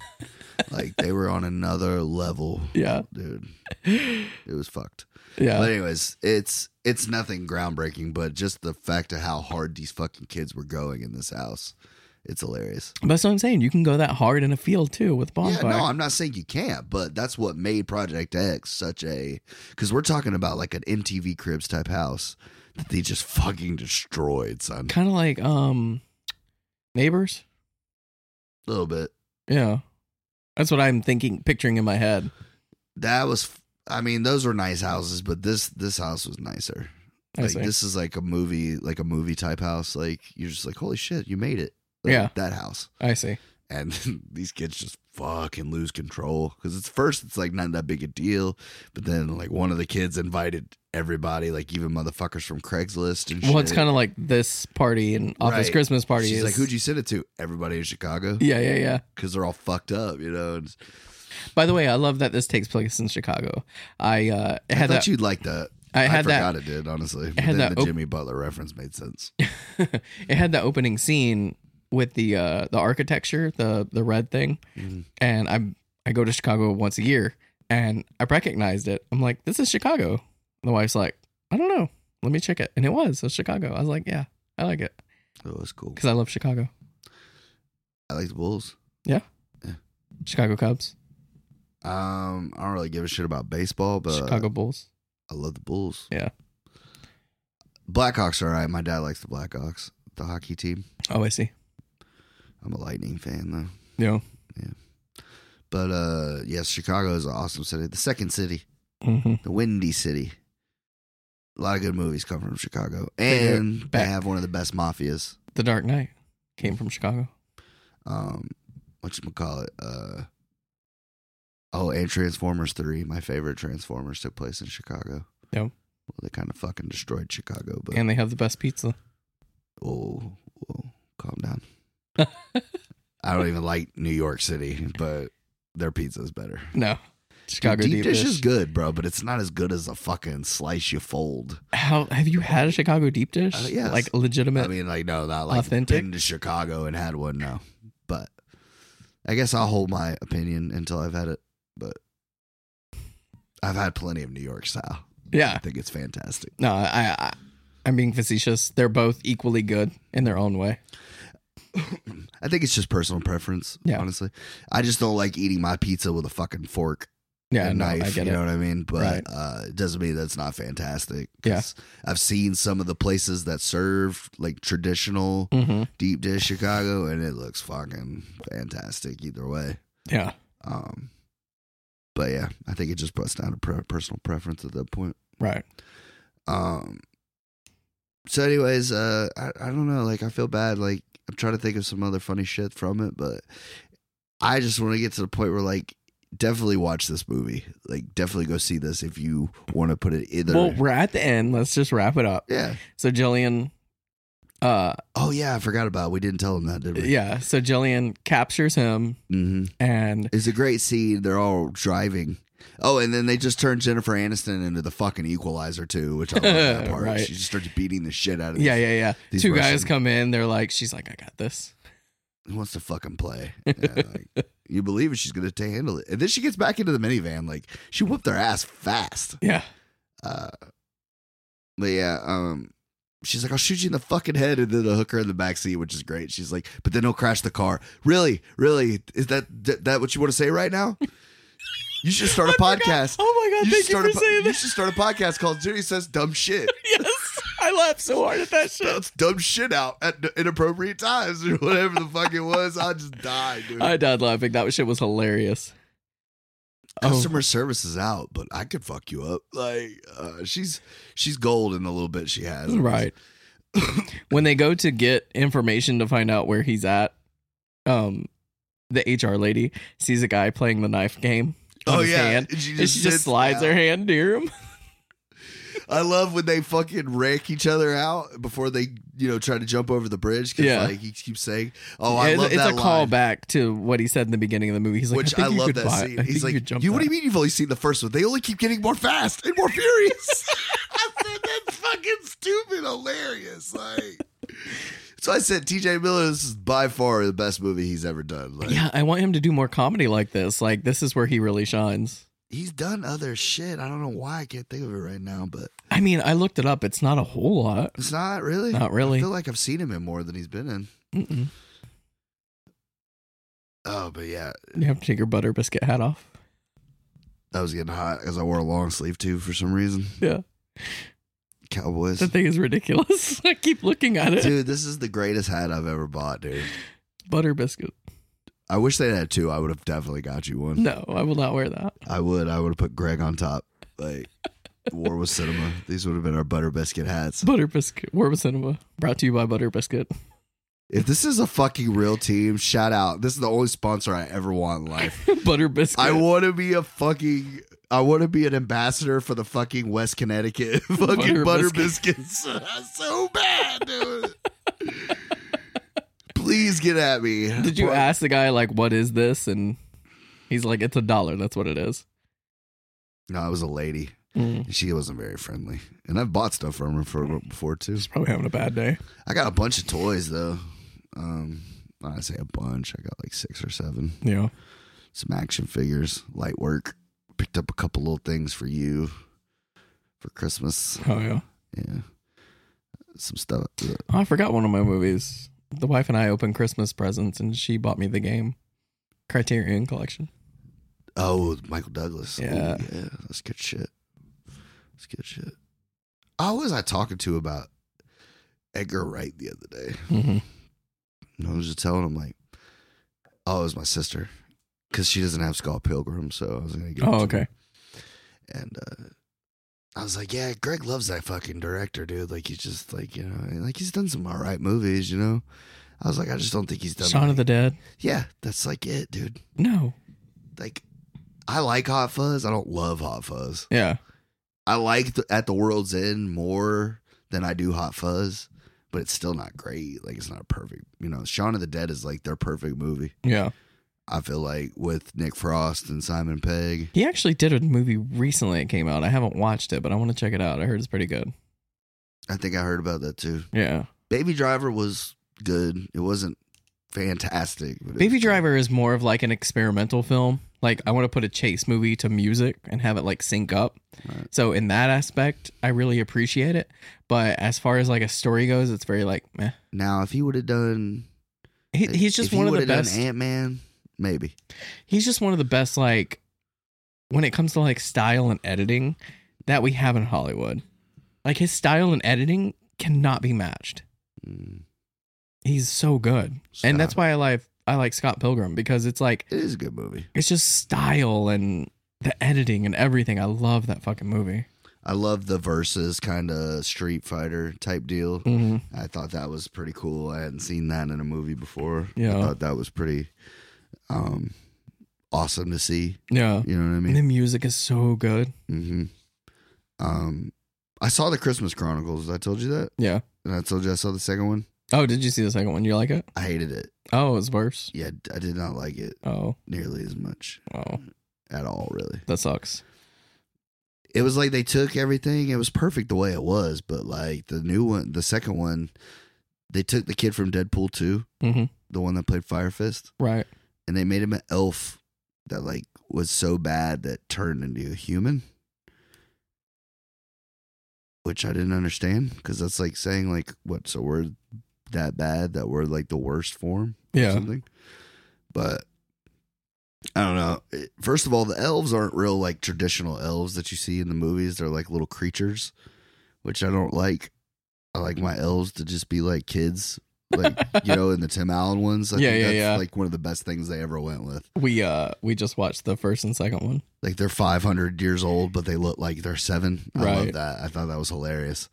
Speaker 3: like they were on another level,
Speaker 2: Yeah.
Speaker 3: dude. It was fucked.
Speaker 2: Yeah.
Speaker 3: But anyways, it's it's nothing groundbreaking, but just the fact of how hard these fucking kids were going in this house It's hilarious.
Speaker 2: That's what I'm saying. You can go that hard in a field too with
Speaker 3: Yeah,
Speaker 2: bonfire.
Speaker 3: no, I'm not saying you can't, but that's what made Project X such a because we're talking about like an MTV Cribs type house that they just fucking destroyed, son.
Speaker 2: kind of like um neighbors.
Speaker 3: A little bit.
Speaker 2: Yeah. That's what I'm thinking, picturing in my head.
Speaker 3: That was. I mean, those were nice houses, but this this house was nicer.
Speaker 2: I
Speaker 3: Like
Speaker 2: see.
Speaker 3: this is like a movie, like a movie type house. Like you're just like, holy shit, you made it. Like,
Speaker 2: Yeah.
Speaker 3: that house.
Speaker 2: I see.
Speaker 3: and these kids just fucking lose control because it's first it's like not that big a deal but then like one of the kids invited everybody like even motherfuckers from craigslist and shit.
Speaker 2: Well, it's kind of like this party and office
Speaker 3: Right.
Speaker 2: Christmas party
Speaker 3: she's
Speaker 2: is
Speaker 3: like who'd you send it to everybody in chicago
Speaker 2: Yeah, yeah, yeah.
Speaker 3: because they're all fucked up you know and
Speaker 2: By the way, I love that this takes place in Chicago. I uh,
Speaker 3: i
Speaker 2: had
Speaker 3: thought
Speaker 2: that.
Speaker 3: you'd like that
Speaker 2: I had that
Speaker 3: forgot it did honestly but
Speaker 2: had
Speaker 3: then
Speaker 2: that
Speaker 3: the
Speaker 2: op-
Speaker 3: jimmy butler reference made sense
Speaker 2: it had that opening scene with the uh the architecture, the the red thing.
Speaker 3: Mhm.
Speaker 2: And I'm I go to Chicago once a year and I recognized it. I'm like, this is Chicago. And the wife's like, I don't know. Let me check it. And it was, it was Chicago. I was like, yeah, I like it
Speaker 3: oh that's cool
Speaker 2: because I love Chicago.
Speaker 3: i like the bulls
Speaker 2: Chicago Cubs,
Speaker 3: um i don't really give a shit about baseball but
Speaker 2: Chicago Bulls.
Speaker 3: I love the Bulls.
Speaker 2: Yeah.
Speaker 3: Blackhawks are all right. My dad likes the Blackhawks, the hockey team.
Speaker 2: Oh, I see.
Speaker 3: I'm a Lightning fan though.
Speaker 2: Yeah.
Speaker 3: But uh yes, Chicago is an awesome city. The second city,
Speaker 2: hmm
Speaker 3: the windy city. A lot of good movies come from Chicago.
Speaker 2: Figure it
Speaker 3: And they
Speaker 2: back.
Speaker 3: have one of the best mafias.
Speaker 2: The Dark Knight came from Chicago.
Speaker 3: Um whatchamacallit? Uh Oh, and Transformers three. My favorite Transformers took place in Chicago.
Speaker 2: Yeah.
Speaker 3: Well, they kind of fucking destroyed Chicago, but
Speaker 2: And they have the best pizza.
Speaker 3: Oh, oh, calm down. I don't even like New York City, but their pizza is better.
Speaker 2: No. Chicago
Speaker 3: deep, dish,
Speaker 2: dish.
Speaker 3: is good, bro, but it's not as good as a fucking slice you fold.
Speaker 2: How have you had a Chicago deep dish?
Speaker 3: Uh, yes.
Speaker 2: Like legitimate.
Speaker 3: I mean, like no, not like
Speaker 2: Authentic?
Speaker 3: been to Chicago and had one. No, but I guess I'll hold my opinion until I've had it. But I've had plenty of New York style.
Speaker 2: yeah.
Speaker 3: I think it's fantastic.
Speaker 2: No, I, I I'm being facetious. They're both equally good in their own way.
Speaker 3: I think it's just personal preference.
Speaker 2: Yeah.
Speaker 3: honestly, I just don't like eating my pizza with a fucking fork.
Speaker 2: Yeah,
Speaker 3: and
Speaker 2: no,
Speaker 3: knife.
Speaker 2: I get
Speaker 3: you
Speaker 2: it.
Speaker 3: know what I mean? But
Speaker 2: Right.
Speaker 3: uh, it doesn't mean that's not fantastic. 'cause I've seen some of the places that serve like traditional
Speaker 2: hmm
Speaker 3: deep dish Chicago, and it looks fucking fantastic either way.
Speaker 2: Yeah,
Speaker 3: Um, but yeah, I think it just busts down to pre- personal preference at that point.
Speaker 2: right.
Speaker 3: Um, so, anyways, uh, I, I don't know. Like, I feel bad. Like, I'm trying to think of some other funny shit from it, but I just want to get to the point where, like, definitely watch this movie. Like, definitely go see this if you want to put it either.
Speaker 2: Well, we're at the end. Let's just wrap it up.
Speaker 3: yeah.
Speaker 2: So Jillian, uh,
Speaker 3: Oh, yeah. I forgot about. It. We didn't tell him that, did we?
Speaker 2: yeah. So Jillian captures him,
Speaker 3: hmm
Speaker 2: and
Speaker 3: It's a great scene. They're all driving. Oh, and then they just turned Jennifer Aniston into the fucking equalizer too, which I love that part.
Speaker 2: Right.
Speaker 3: She just starts beating the shit out of.
Speaker 2: yeah,
Speaker 3: these-
Speaker 2: yeah, yeah.
Speaker 3: these
Speaker 2: Two
Speaker 3: Russian-
Speaker 2: guys come in. They're like, she's like, I got this.
Speaker 3: who wants to fucking play? And, like, you believe it, she's gonna ta handle it, and then she gets back into the minivan. Like she whooped their ass fast.
Speaker 2: Yeah,
Speaker 3: Uh, but yeah, um, she's like, "I'll shoot you in the fucking head," and then the hooker in the back seat, which is great. She's like, "But then he'll crash the car." Really, really, is that that, that what you want to say right now? You should start a
Speaker 2: I forgot.
Speaker 3: podcast.
Speaker 2: Oh my god,
Speaker 3: You should,
Speaker 2: thank you
Speaker 3: start
Speaker 2: for
Speaker 3: a, po-
Speaker 2: saying
Speaker 3: you
Speaker 2: that.
Speaker 3: should start a podcast called Judy Says Dumb Shit.
Speaker 2: yes, I laughed so hard at that shit.
Speaker 3: That's dumb shit out at inappropriate times or whatever the fuck it was. I just died, dude.
Speaker 2: I died laughing. That shit was hilarious. Oh.
Speaker 3: customer service is out, but I could fuck you up. Like uh, she's she's gold in the little bit she has.
Speaker 2: Right. when they go to get information to find out where he's at, um, the HR lady sees a guy playing the knife game. on
Speaker 3: Oh
Speaker 2: his
Speaker 3: yeah.
Speaker 2: hand,
Speaker 3: and she
Speaker 2: and she
Speaker 3: sits
Speaker 2: just slides
Speaker 3: down.
Speaker 2: her hand near him.
Speaker 3: I love when they fucking rank each other out before they you know try to jump over the bridge. Cause,
Speaker 2: Yeah.
Speaker 3: Like he keeps saying, "Oh, I
Speaker 2: it's
Speaker 3: love
Speaker 2: it's
Speaker 3: that
Speaker 2: a
Speaker 3: line."
Speaker 2: callback to what he said in the beginning of the movie. He's like,
Speaker 3: Which
Speaker 2: I,
Speaker 3: I,
Speaker 2: think you
Speaker 3: love
Speaker 2: could
Speaker 3: that
Speaker 2: buy.
Speaker 3: scene.
Speaker 2: I
Speaker 3: He's
Speaker 2: think
Speaker 3: like,
Speaker 2: you could jump.
Speaker 3: "You what do
Speaker 2: that."
Speaker 3: you mean you've only seen the first one? They only keep getting more fast and more furious." I said that's fucking stupid, hilarious. Like, so I said, T.J. Miller this is by far the best movie he's ever done. Like,
Speaker 2: Yeah, I want him to do more comedy like this. Like this is where he really shines.
Speaker 3: he's done other shit. I don't know why I can't think of it right now, but
Speaker 2: I mean, I looked it up. It's not a whole lot.
Speaker 3: it's not really.
Speaker 2: Not really.
Speaker 3: I feel like I've seen him in more than he's been in.
Speaker 2: Mm-mm.
Speaker 3: Oh, but yeah,
Speaker 2: You have to take your butter biscuit hat off.
Speaker 3: I was getting hot because I wore a long sleeve too for some reason.
Speaker 2: Yeah.
Speaker 3: Cowboys.
Speaker 2: That thing is ridiculous. I keep looking at it.
Speaker 3: Dude, this is the greatest hat I've ever bought, dude.
Speaker 2: Butter biscuit.
Speaker 3: I wish they had two. I would have definitely got you one.
Speaker 2: No, I will not wear that.
Speaker 3: I would. I would have put Greg on top. Like War with Cinema. These would have been our butter biscuit hats.
Speaker 2: Butter biscuit. Warba Cinema. Brought to you by Butter Biscuit.
Speaker 3: If this is a fucking real team, shout out. This is the only sponsor I ever want in life.
Speaker 2: Butter biscuit.
Speaker 3: I want to be a fucking. I want to be an ambassador for the fucking West Connecticut fucking butter,
Speaker 2: Butter
Speaker 3: biscuits. so bad, dude. Please get at me.
Speaker 2: Did you
Speaker 3: Bro,
Speaker 2: ask the guy like, "What is this?" And he's like, "It's a dollar. That's what it is."
Speaker 3: No, I was a lady.
Speaker 2: Mm.
Speaker 3: She wasn't very friendly, and I've bought stuff from her for, before too.
Speaker 2: Probably having a bad day.
Speaker 3: I got a bunch of toys though. Um, when I say a bunch. I got like six or seven.
Speaker 2: Yeah.
Speaker 3: Some action figures, light work. Picked up a couple little things for you for Christmas.
Speaker 2: Oh yeah.
Speaker 3: Yeah, some stuff.
Speaker 2: Oh, I forgot one of my movies. The wife and I opened Christmas presents, and she bought me the game Criterion Collection.
Speaker 3: Oh, Michael Douglas. Ooh,
Speaker 2: Yeah.
Speaker 3: yeah, that's good shit. That's good shit. How was I talking to about Edgar Wright the other day?
Speaker 2: Mm-hmm.
Speaker 3: And I was just telling him like, "Oh, it was my sister, because she doesn't have Scott Pilgrim, so I was gonna get." it
Speaker 2: Oh
Speaker 3: to
Speaker 2: okay.
Speaker 3: her. And uh, I was like, "Yeah, Greg loves that fucking director, dude. Like he's just like you know, and, like he's done some all right movies, you know." I was like, "I just don't think he's done."
Speaker 2: Shaun of the Dead.
Speaker 3: yeah, that's like it, dude.
Speaker 2: No.
Speaker 3: Like, I like Hot Fuzz. I don't love Hot Fuzz.
Speaker 2: Yeah.
Speaker 3: I like the, At the World's End more than I do Hot Fuzz, but it's still not great. Like it's not perfect. You know, Shaun of the Dead is like their perfect movie.
Speaker 2: Yeah.
Speaker 3: I feel like with Nick Frost and Simon Pegg.
Speaker 2: He actually did a movie recently. It came out. I haven't watched it, but I want to check it out. I heard it's pretty good.
Speaker 3: I think I heard about that too.
Speaker 2: Yeah.
Speaker 3: Baby Driver was good. It wasn't fantastic. but it
Speaker 2: Baby
Speaker 3: was good.
Speaker 2: Driver is more of like an experimental film. Like I want to put a chase movie to music and have it like sync up.
Speaker 3: Right.
Speaker 2: So in that aspect, I really appreciate it. But as far as like a story goes, it's very like meh.
Speaker 3: Now, if he would have done,
Speaker 2: He, he's just
Speaker 3: if he
Speaker 2: one of the
Speaker 3: would've done
Speaker 2: best.
Speaker 3: Ant Man, maybe.
Speaker 2: he's just one of the best. Like when it comes to like style and editing that we have in Hollywood, like his style and editing cannot be matched.
Speaker 3: Mm,
Speaker 2: He's so good,
Speaker 3: Stop.
Speaker 2: and that's why I like I like Scott Pilgrim because it's like
Speaker 3: It is a good movie.
Speaker 2: it's just style and the editing and everything. I love that fucking movie.
Speaker 3: I love the versus kind of Street Fighter type deal.
Speaker 2: Mm-hmm.
Speaker 3: I thought that was pretty cool. I hadn't seen that in a movie before. I
Speaker 2: Yeah.
Speaker 3: thought that was pretty um, awesome to see.
Speaker 2: Yeah.
Speaker 3: You know what I mean?
Speaker 2: And the music is so good.
Speaker 3: hmm Um, I saw the Christmas Chronicles. I told you that,
Speaker 2: Yeah.
Speaker 3: and I told you I saw the second one.
Speaker 2: Oh, did you see the second one? You like it?
Speaker 3: I hated it.
Speaker 2: Oh, it's worse.
Speaker 3: Yeah, I did not like it
Speaker 2: Oh,
Speaker 3: nearly as much
Speaker 2: oh,
Speaker 3: at all. Really,
Speaker 2: that sucks.
Speaker 3: it was like they took everything. It was perfect the way it was, but like the new one, the second one, they took the kid from Deadpool two,
Speaker 2: hmm
Speaker 3: the one that played Firefist,
Speaker 2: Right.
Speaker 3: and they made him an elf that like was so bad that turned into a human. Which I didn't understand because that's like saying like what so we're that bad that we're like the worst form. or
Speaker 2: Yeah.
Speaker 3: something. But I don't know. It- First of all, the elves aren't real like traditional elves that you see in the movies. They're like little creatures, which I don't like. I like my elves to just be like kids, like you know, in the Tim Allen ones. I
Speaker 2: Yeah,
Speaker 3: think
Speaker 2: yeah,
Speaker 3: that's
Speaker 2: yeah.
Speaker 3: like one of the best things they ever went with.
Speaker 2: We uh we just watched the first and second one.
Speaker 3: Like they're 500 years old, but they look like they're seven. I love
Speaker 2: Right.
Speaker 3: that. I thought that was hilarious.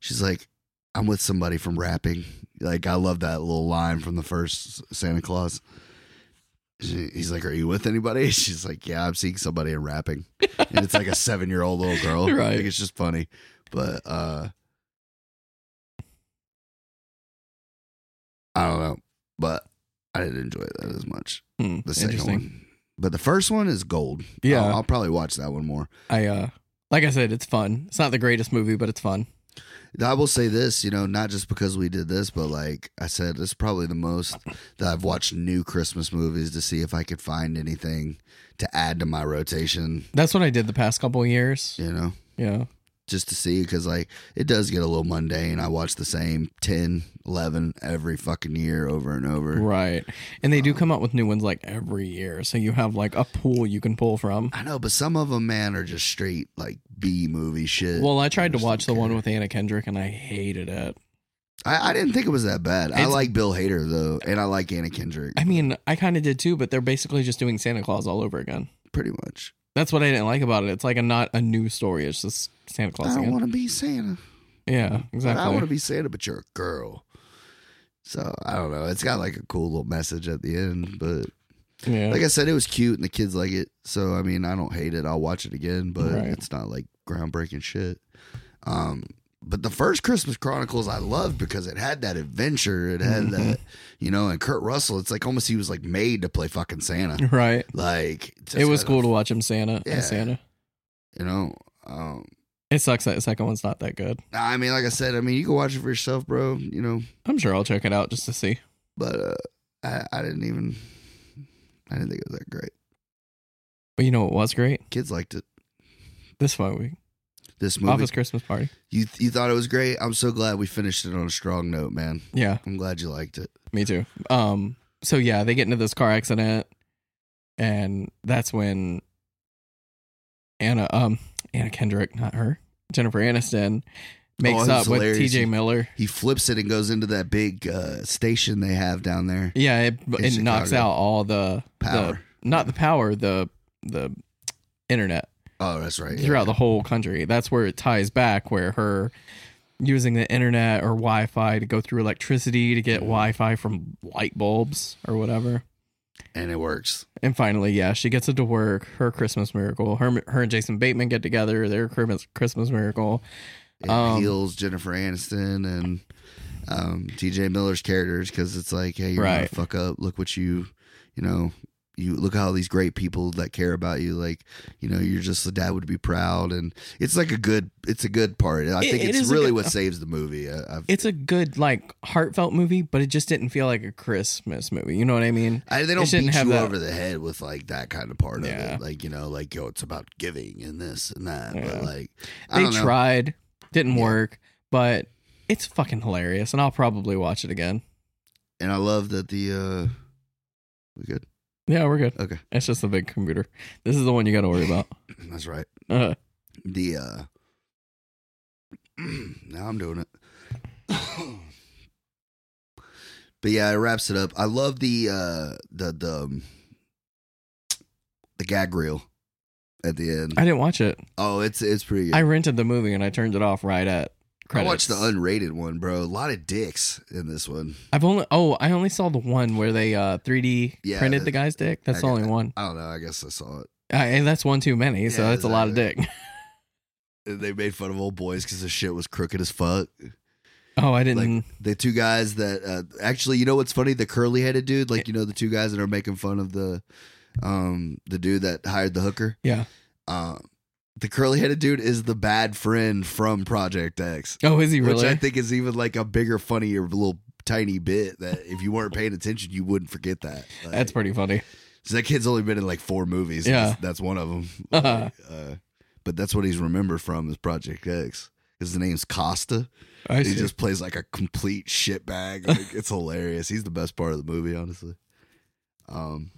Speaker 3: She's like, I'm with somebody from rapping. Like, I love that little line from the first Santa Claus. She- He's like, Are you with anybody? She's like, Yeah, I'm seeing somebody in rapping. And it's like a seven year old little girl.
Speaker 2: Right.
Speaker 3: Like, it's just funny. But, uh, I don't know. But I didn't enjoy that as much.
Speaker 2: Hmm,
Speaker 3: The second one. But the first one is gold.
Speaker 2: Yeah.
Speaker 3: I'll, I'll probably watch that one more.
Speaker 2: I uh like I said, it's fun. It's not the greatest movie, but it's fun.
Speaker 3: I will say this, you know, not just because we did this, but like I said, this is probably the most that I've watched new Christmas movies to see if I could find anything to add to my rotation.
Speaker 2: That's what I did the past couple of years.
Speaker 3: You know,
Speaker 2: Yeah.
Speaker 3: just to see because like it does get a little mundane. I watch the same 10, 11 every fucking year over and over.
Speaker 2: Right. And
Speaker 3: Um,
Speaker 2: they do come out with new ones like every year. So you have like a pool you can pull from.
Speaker 3: I know, but some of them, man, are just straight like B movie shit.
Speaker 2: Well, I tried to
Speaker 3: just
Speaker 2: watch the
Speaker 3: don't
Speaker 2: one
Speaker 3: care.
Speaker 2: with Anna Kendrick and I hated it.
Speaker 3: I, I didn't think it was that bad. I
Speaker 2: It's-
Speaker 3: like Bill Hader though, and I like Anna Kendrick.
Speaker 2: I mean, I kind of did too, but they're basically just doing Santa Claus all over again.
Speaker 3: pretty much.
Speaker 2: That's what I didn't like about it. It's like a not a new story. It's just Santa
Speaker 3: I
Speaker 2: Claus
Speaker 3: don't
Speaker 2: again.
Speaker 3: want to be Santa.
Speaker 2: yeah,
Speaker 3: I want to
Speaker 2: exactly.
Speaker 3: be Santa, but you're a girl. So I don't know. It's got like a cool little message at the end, but
Speaker 2: Yeah.
Speaker 3: like I said, it was cute and the kids like it. So I mean, I don't hate it. I'll watch it again, but
Speaker 2: Right.
Speaker 3: it's not like groundbreaking shit. Um, but the first Christmas Chronicles I loved because it had that adventure. It had
Speaker 2: Mhm.
Speaker 3: that, you know, and Kurt Russell. It's like almost he was like made to play fucking Santa.
Speaker 2: right.
Speaker 3: Like just
Speaker 2: It was
Speaker 3: had a-
Speaker 2: cool to watch him Santa
Speaker 3: Yeah.
Speaker 2: as Santa.
Speaker 3: you know. Um,
Speaker 2: It sucks that the second one's not that good.
Speaker 3: I mean, like I said, I mean, you can watch it for yourself, bro. You know,
Speaker 2: I'm sure I'll check it out just to see.
Speaker 3: but uh, I, I didn't even. I didn't think it was that great.
Speaker 2: But you know what was great?
Speaker 3: Kids liked it.
Speaker 2: This one week.
Speaker 3: This movie,
Speaker 2: Office Christmas Party.
Speaker 3: you you thought it was great. I'm so glad we finished it on a strong note, man.
Speaker 2: Yeah.
Speaker 3: I'm glad you liked it.
Speaker 2: Me too. Um. So yeah, they get into this car accident, and that's when Anna, um, Anna Kendrick, not her, Jennifer Aniston,
Speaker 3: Oh, it
Speaker 2: makes
Speaker 3: was
Speaker 2: up with
Speaker 3: hilarious.
Speaker 2: T.J. Miller.
Speaker 3: He flips it and goes into that big uh, station they have down there.
Speaker 2: Yeah, it, it knocks
Speaker 3: Chicago.
Speaker 2: out all the
Speaker 3: Power.
Speaker 2: the not the power the the internet
Speaker 3: oh, that's right. yeah.
Speaker 2: throughout the whole country. That's where it ties back where her using the internet or Wi-Fi to go through electricity to
Speaker 3: Mm-hmm.
Speaker 2: get Wi-Fi from light bulbs or whatever.
Speaker 3: and it works.
Speaker 2: And finally, yeah, she gets it to work. Her Christmas miracle. Her, her and Jason Bateman get together. Their Christmas Christmas miracle.
Speaker 3: It
Speaker 2: Um,
Speaker 3: heals Jennifer Aniston and um, T.J. Miller's characters because it's like, hey, you're gonna
Speaker 2: Right.
Speaker 3: fuck up. Look what you, you know, you look how these great people that care about you. Like, you know, you're just the dad would be proud, and it's like a good, it's a good part. I
Speaker 2: It-
Speaker 3: think
Speaker 2: it
Speaker 3: it's
Speaker 2: is a
Speaker 3: really
Speaker 2: good-
Speaker 3: what saves the movie. I, I've,
Speaker 2: It's a good like heartfelt movie, but it just didn't feel like a Christmas movie. You know what I mean?
Speaker 3: I, they don't
Speaker 2: shouldn't
Speaker 3: beat
Speaker 2: have
Speaker 3: you
Speaker 2: that.
Speaker 3: over the head with like that kind of part
Speaker 2: Yeah.
Speaker 3: of it, like you know, like yo, it's about giving and this and that.
Speaker 2: Yeah.
Speaker 3: But like, I
Speaker 2: They
Speaker 3: don't know.
Speaker 2: tried, didn't
Speaker 3: Yeah.
Speaker 2: work, but it's fucking hilarious, and I'll probably watch it again.
Speaker 3: and I love that the uh, we good.
Speaker 2: Yeah, we're good.
Speaker 3: Okay.
Speaker 2: It's just a big computer. This is the one you got to worry about.
Speaker 3: That's right.
Speaker 2: Uh,
Speaker 3: the uh now I'm doing it. but yeah, it wraps it up. I love the uh the the um, the gag reel at the end.
Speaker 2: I didn't watch it.
Speaker 3: Oh, it's it's pretty good.
Speaker 2: I
Speaker 3: I,
Speaker 2: rented the movie and I turned it off right at credits.
Speaker 3: watched the unrated one, bro. A lot of dicks in this one.
Speaker 2: I've only oh I only saw the one where they uh 3D
Speaker 3: Yeah,
Speaker 2: printed
Speaker 3: the-
Speaker 2: the guy's dick. That's
Speaker 3: I
Speaker 2: the
Speaker 3: got
Speaker 2: only
Speaker 3: that.
Speaker 2: one,
Speaker 3: I don't know, I guess I saw it.
Speaker 2: uh, and that's one too many. so
Speaker 3: Yeah,
Speaker 2: that's a lot of dick.
Speaker 3: And they made fun of old boys because the shit was crooked as fuck.
Speaker 2: Oh, I didn't.
Speaker 3: The two guys that uh, actually, you know what's funny? The curly headed dude, like you know the two guys that are making fun of the um the dude that hired the hooker.
Speaker 2: yeah.
Speaker 3: Um, the curly headed dude is the bad friend from Project X,
Speaker 2: Oh, is he
Speaker 3: which
Speaker 2: really?
Speaker 3: I think is even like a bigger, funnier little tiny bit that if you weren't paying attention, you wouldn't forget that. Like,
Speaker 2: that's pretty funny.
Speaker 3: so that kid's only been in like four movies.
Speaker 2: Yeah.
Speaker 3: That's, that's one of them. Like, uh, but that's what he's remembered from is Project X. His name's Costa.
Speaker 2: I
Speaker 3: He
Speaker 2: see.
Speaker 3: just plays like a complete shitbag. Like, it's hilarious. He's the best part of the movie, honestly. Um,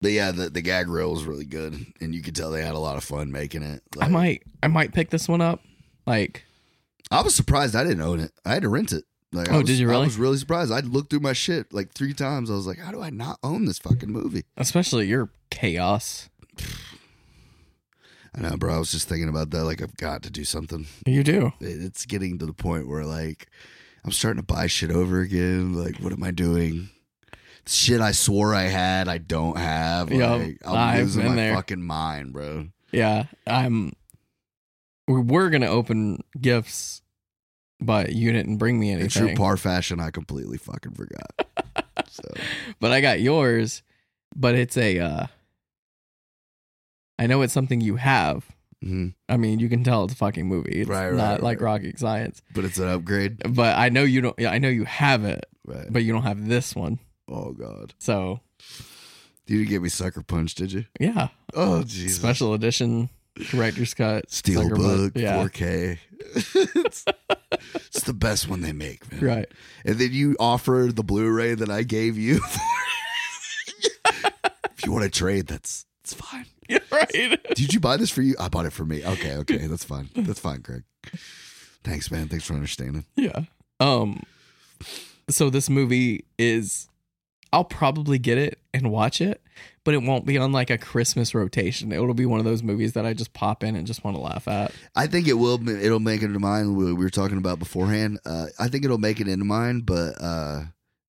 Speaker 3: but yeah, the, the gag reel was really good, and you could tell they had a lot of fun making it.
Speaker 2: I
Speaker 3: Like,
Speaker 2: might I might pick this one up. Like
Speaker 3: I was surprised I didn't own it. I had to rent it. Like, I
Speaker 2: Oh,
Speaker 3: was-
Speaker 2: did you
Speaker 3: I
Speaker 2: really?
Speaker 3: was really surprised. I looked through my shit like three times. I was like, how do I not own this fucking movie?
Speaker 2: especially your chaos.
Speaker 3: I know, bro. I was just thinking about that. Like, I've got to do something.
Speaker 2: You do.
Speaker 3: It- It's getting to the point where like I'm starting to buy shit over again. Like, what am I doing? Shit I swore I had, I don't have. Like,
Speaker 2: Yup,
Speaker 3: I'm
Speaker 2: I've
Speaker 3: losing
Speaker 2: been
Speaker 3: my
Speaker 2: there.
Speaker 3: fucking mind, bro.
Speaker 2: Yeah. I'm. We were gonna open gifts, but you didn't bring me
Speaker 3: In true
Speaker 2: anything.
Speaker 3: par fashion, I completely fucking forgot. so
Speaker 2: but I got yours. But it's a. uh I know it's something you have,
Speaker 3: mhm.
Speaker 2: I mean, you can tell it's a fucking movie. It's
Speaker 3: Right, right,
Speaker 2: not
Speaker 3: right.
Speaker 2: like rocket science.
Speaker 3: but it's an upgrade.
Speaker 2: But I know you don't. Yeah, I know you have it,
Speaker 3: Right.
Speaker 2: but you don't have this one.
Speaker 3: Oh god.
Speaker 2: So
Speaker 3: You didn't get me sucker punched, did you?
Speaker 2: yeah,
Speaker 3: Oh Jesus.
Speaker 2: special edition Director Scott Zuckerberg.
Speaker 3: Steelbook,
Speaker 2: Yeah,
Speaker 3: 4K. it's, it's the best one they make, man.
Speaker 2: right.
Speaker 3: And then you offer the Blu-ray that I gave you. For if you want to trade, that's it's fine.
Speaker 2: Yeah, right.
Speaker 3: Did you buy this for you? I bought it for me. Okay, okay, that's fine. That's fine, Greg. Thanks, man. Thanks for understanding.
Speaker 2: Yeah. Um so this movie is I'll probably get it and watch it, but it won't be on like a Christmas rotation. It'll be one of those movies that I just pop in and just want to laugh at.
Speaker 3: I think it will. It'll make it into mine. We we were talking about beforehand. Uh, I think it'll make it into mine, but uh,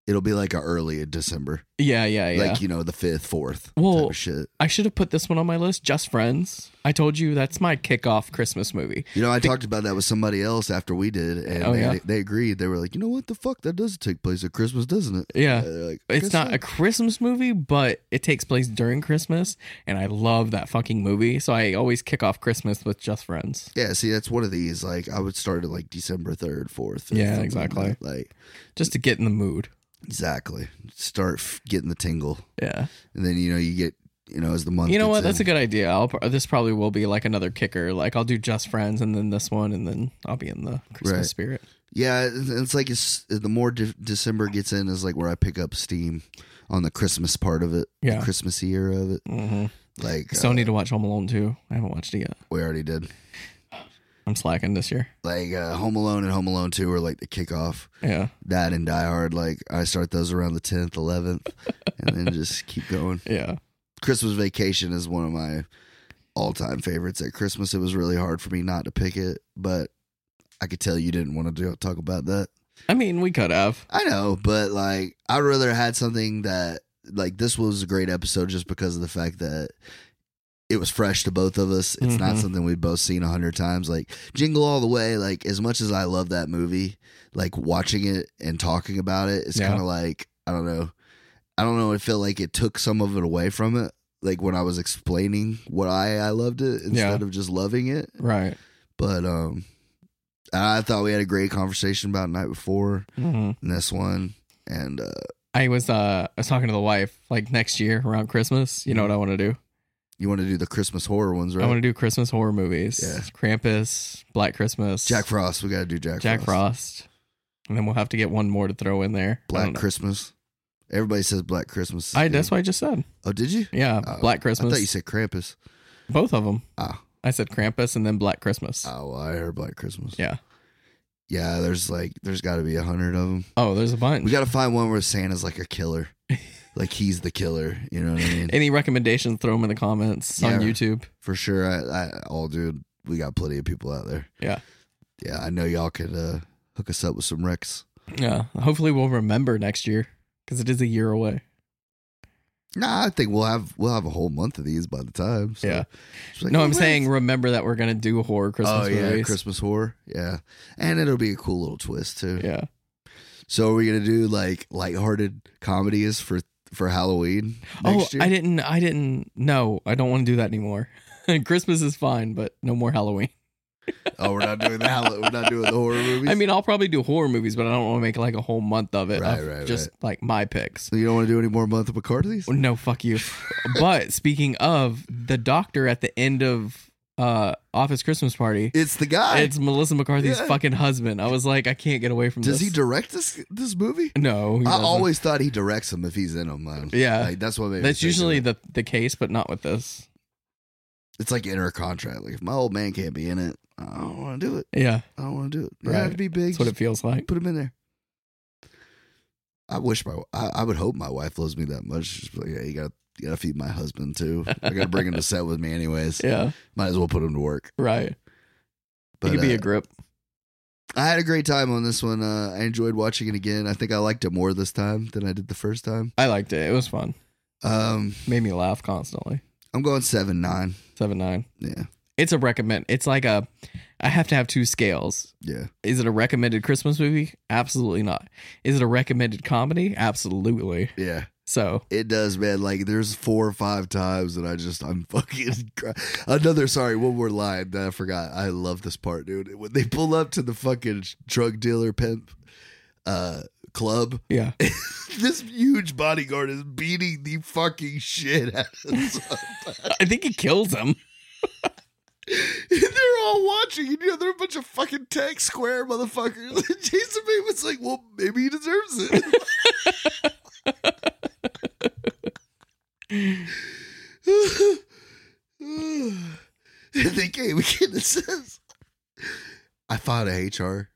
Speaker 3: it'll be like a early in December,
Speaker 2: Yeah, yeah, yeah.
Speaker 3: like you know, the fifth, fourth type
Speaker 2: Well,
Speaker 3: of shit.
Speaker 2: I should have put this one on my list, Just Friends. I told you that's my kickoff Christmas movie.
Speaker 3: You know, I talked about that with somebody else after we did, and
Speaker 2: Oh,
Speaker 3: they,
Speaker 2: yeah?
Speaker 3: they agreed. They were like, you know what, the fuck, that does take place at Christmas, doesn't it?
Speaker 2: Yeah.
Speaker 3: Uh, they're like,
Speaker 2: It's
Speaker 3: "Guess
Speaker 2: not
Speaker 3: so."
Speaker 2: a Christmas movie, but it takes place during Christmas, and I love that fucking movie. So I always kick off Christmas with Just Friends.
Speaker 3: yeah, see, that's one of these. Like, I would start at like December third, fourth.
Speaker 2: Yeah, exactly.
Speaker 3: Like, that. Like,
Speaker 2: Just to get in the mood.
Speaker 3: exactly. Start f- getting the tingle,
Speaker 2: Yeah.
Speaker 3: and then you know you get you know as the month.
Speaker 2: You know
Speaker 3: gets
Speaker 2: what? That's a
Speaker 3: in,
Speaker 2: good idea. I'll pr- this probably will be like another kicker. Like I'll do just friends and then this one and then I'll be in the Christmas
Speaker 3: Right.
Speaker 2: spirit.
Speaker 3: Yeah, it's, it's like it's the more de- December gets in is like where I pick up steam on the Christmas part of it,
Speaker 2: Yeah.
Speaker 3: the Christmassy era of it.
Speaker 2: hmm
Speaker 3: Like,
Speaker 2: Still
Speaker 3: uh,
Speaker 2: need to watch Home Alone too. I haven't watched it yet.
Speaker 3: we already did.
Speaker 2: I'm slacking this year.
Speaker 3: Like uh, Home Alone and Home Alone Two are like the kickoff.
Speaker 2: Yeah,
Speaker 3: that and Die Hard. Like I start those around the tenth, eleventh, and then just keep going.
Speaker 2: yeah,
Speaker 3: Christmas Vacation is one of my all-time favorites. At Christmas, it was really hard for me not to pick it, but I could tell you didn't want to do, talk about that.
Speaker 2: I mean, we could have.
Speaker 3: I know, but like I'd rather had something that like this was a great episode just because of the fact that. It was fresh to both of us. It's not
Speaker 2: Mhm.
Speaker 3: something we've both seen a hundred times. Like Jingle All the Way. Like as much as I love that movie, like watching it and talking about it, it's
Speaker 2: Yeah.
Speaker 3: kind of like I don't know. I don't know. I feel like it took some of it away from it. Like when I was explaining why I loved it instead of just loving it.
Speaker 2: Right.
Speaker 3: But um, I thought we had a great conversation about night before
Speaker 2: hmm
Speaker 3: in this one. And uh,
Speaker 2: I was uh, I was talking to the wife like next year around Christmas. You know what I want to do?
Speaker 3: you want to do the Christmas horror ones,
Speaker 2: I
Speaker 3: right?
Speaker 2: want to do Christmas horror movies.
Speaker 3: Yeah.
Speaker 2: Krampus, Black Christmas,
Speaker 3: Jack Frost. We got to do Jack,
Speaker 2: Jack
Speaker 3: Frost.
Speaker 2: Frost, and then we'll have to get one more to throw in there. I
Speaker 3: Black
Speaker 2: don't know.
Speaker 3: Christmas. Everybody says Black Christmas. is
Speaker 2: I
Speaker 3: good.
Speaker 2: that's what I just said.
Speaker 3: Oh, did you?
Speaker 2: Yeah,
Speaker 3: Oh,
Speaker 2: Black
Speaker 3: I
Speaker 2: Christmas.
Speaker 3: thought you said Krampus.
Speaker 2: Both of them.
Speaker 3: Ah.
Speaker 2: I said Krampus and then Black Christmas.
Speaker 3: Oh, well, I heard Black Christmas.
Speaker 2: Yeah.
Speaker 3: Yeah, there's like, there's got to be a hundred of them.
Speaker 2: Oh, there's a bunch.
Speaker 3: We got to find one where Santa's like a killer. like he's the killer. You know what I mean?
Speaker 2: Any recommendations? Throw them in the comments on
Speaker 3: Yeah.
Speaker 2: YouTube.
Speaker 3: For sure. I, I, all dude, we got plenty of people out there.
Speaker 2: Yeah.
Speaker 3: Yeah, I know y'all could uh, hook us up with some wrecks.
Speaker 2: Yeah. Hopefully, we'll remember next year because it is a year away.
Speaker 3: Nah, I think we'll have we'll have a whole month of these by the time. So.
Speaker 2: Yeah.
Speaker 3: It's like,
Speaker 2: no,
Speaker 3: oh,
Speaker 2: I'm
Speaker 3: wait.
Speaker 2: saying remember that we're gonna do horror Christmas
Speaker 3: oh yeah,
Speaker 2: movies.
Speaker 3: Christmas horror. Yeah, and it'll be a cool little twist too.
Speaker 2: Yeah.
Speaker 3: So are we gonna do like lighthearted comedies for for Halloween
Speaker 2: Oh,
Speaker 3: next year?
Speaker 2: I didn't. I didn't. No, I don't want to do that anymore. Christmas is fine, but no more Halloween.
Speaker 3: oh, we're not doing the Hall- we're not doing the horror movies.
Speaker 2: I mean, I'll probably do horror movies, but I don't want to make like a whole month of it.
Speaker 3: Right,
Speaker 2: of
Speaker 3: right,
Speaker 2: Just like my picks.
Speaker 3: so you don't want to do any more month of McCarthy's?
Speaker 2: No, fuck you. but speaking of the doctor at the end of uh Office Christmas Party,
Speaker 3: It's the guy.
Speaker 2: it's Melissa McCarthy's
Speaker 3: Yeah.
Speaker 2: fucking husband. I was like, I can't get away from
Speaker 3: Does
Speaker 2: this.
Speaker 3: he direct this this movie?
Speaker 2: no, he
Speaker 3: I
Speaker 2: doesn't.
Speaker 3: always thought he directs them if he's in them. Man.
Speaker 2: Yeah.
Speaker 3: like, that's what made me
Speaker 2: That's
Speaker 3: think of
Speaker 2: usually
Speaker 3: it.
Speaker 2: the the case, but not with this.
Speaker 3: it's like inner contract. Like if my old man can't be in it, I don't want to do it.
Speaker 2: Yeah,
Speaker 3: I don't want to do it. You don't have
Speaker 2: Right.
Speaker 3: to be big.
Speaker 2: that's what it
Speaker 3: Just
Speaker 2: feels like.
Speaker 3: put him in there. I wish my I, I would hope my wife loves me that much. She's like, yeah, you got you got to feed my husband too. I got to bring him to set with me anyways.
Speaker 2: Yeah,
Speaker 3: Might as well put him to work.
Speaker 2: right.
Speaker 3: But
Speaker 2: it could be
Speaker 3: uh,
Speaker 2: a grip.
Speaker 3: I had a great time on this one. Uh, I enjoyed watching it again. I think I liked it more this time than I did the first time.
Speaker 2: I liked it. It was fun.
Speaker 3: Um,
Speaker 2: Made me laugh constantly.
Speaker 3: I'm going seven nine.
Speaker 2: Seven nine.
Speaker 3: Yeah,
Speaker 2: It's a recommend. It's like a. I have to have two scales.
Speaker 3: yeah.
Speaker 2: Is it a recommended Christmas movie? Absolutely not. Is it a recommended comedy? Absolutely.
Speaker 3: Yeah,
Speaker 2: So
Speaker 3: it does, man. Like there's four or five times that I just I'm fucking cry. another. Sorry, one more line that I forgot. I love this part, dude. When they pull up to the fucking drug dealer pimp uh club,
Speaker 2: yeah,
Speaker 3: this huge bodyguard is beating the fucking shit out of this.
Speaker 2: I think he kills him.
Speaker 3: they're all watching. and, You know, they're a bunch of fucking tech square motherfuckers. And Jason Bateman's like, well, maybe he deserves it. and they came again and says, I filed a HR.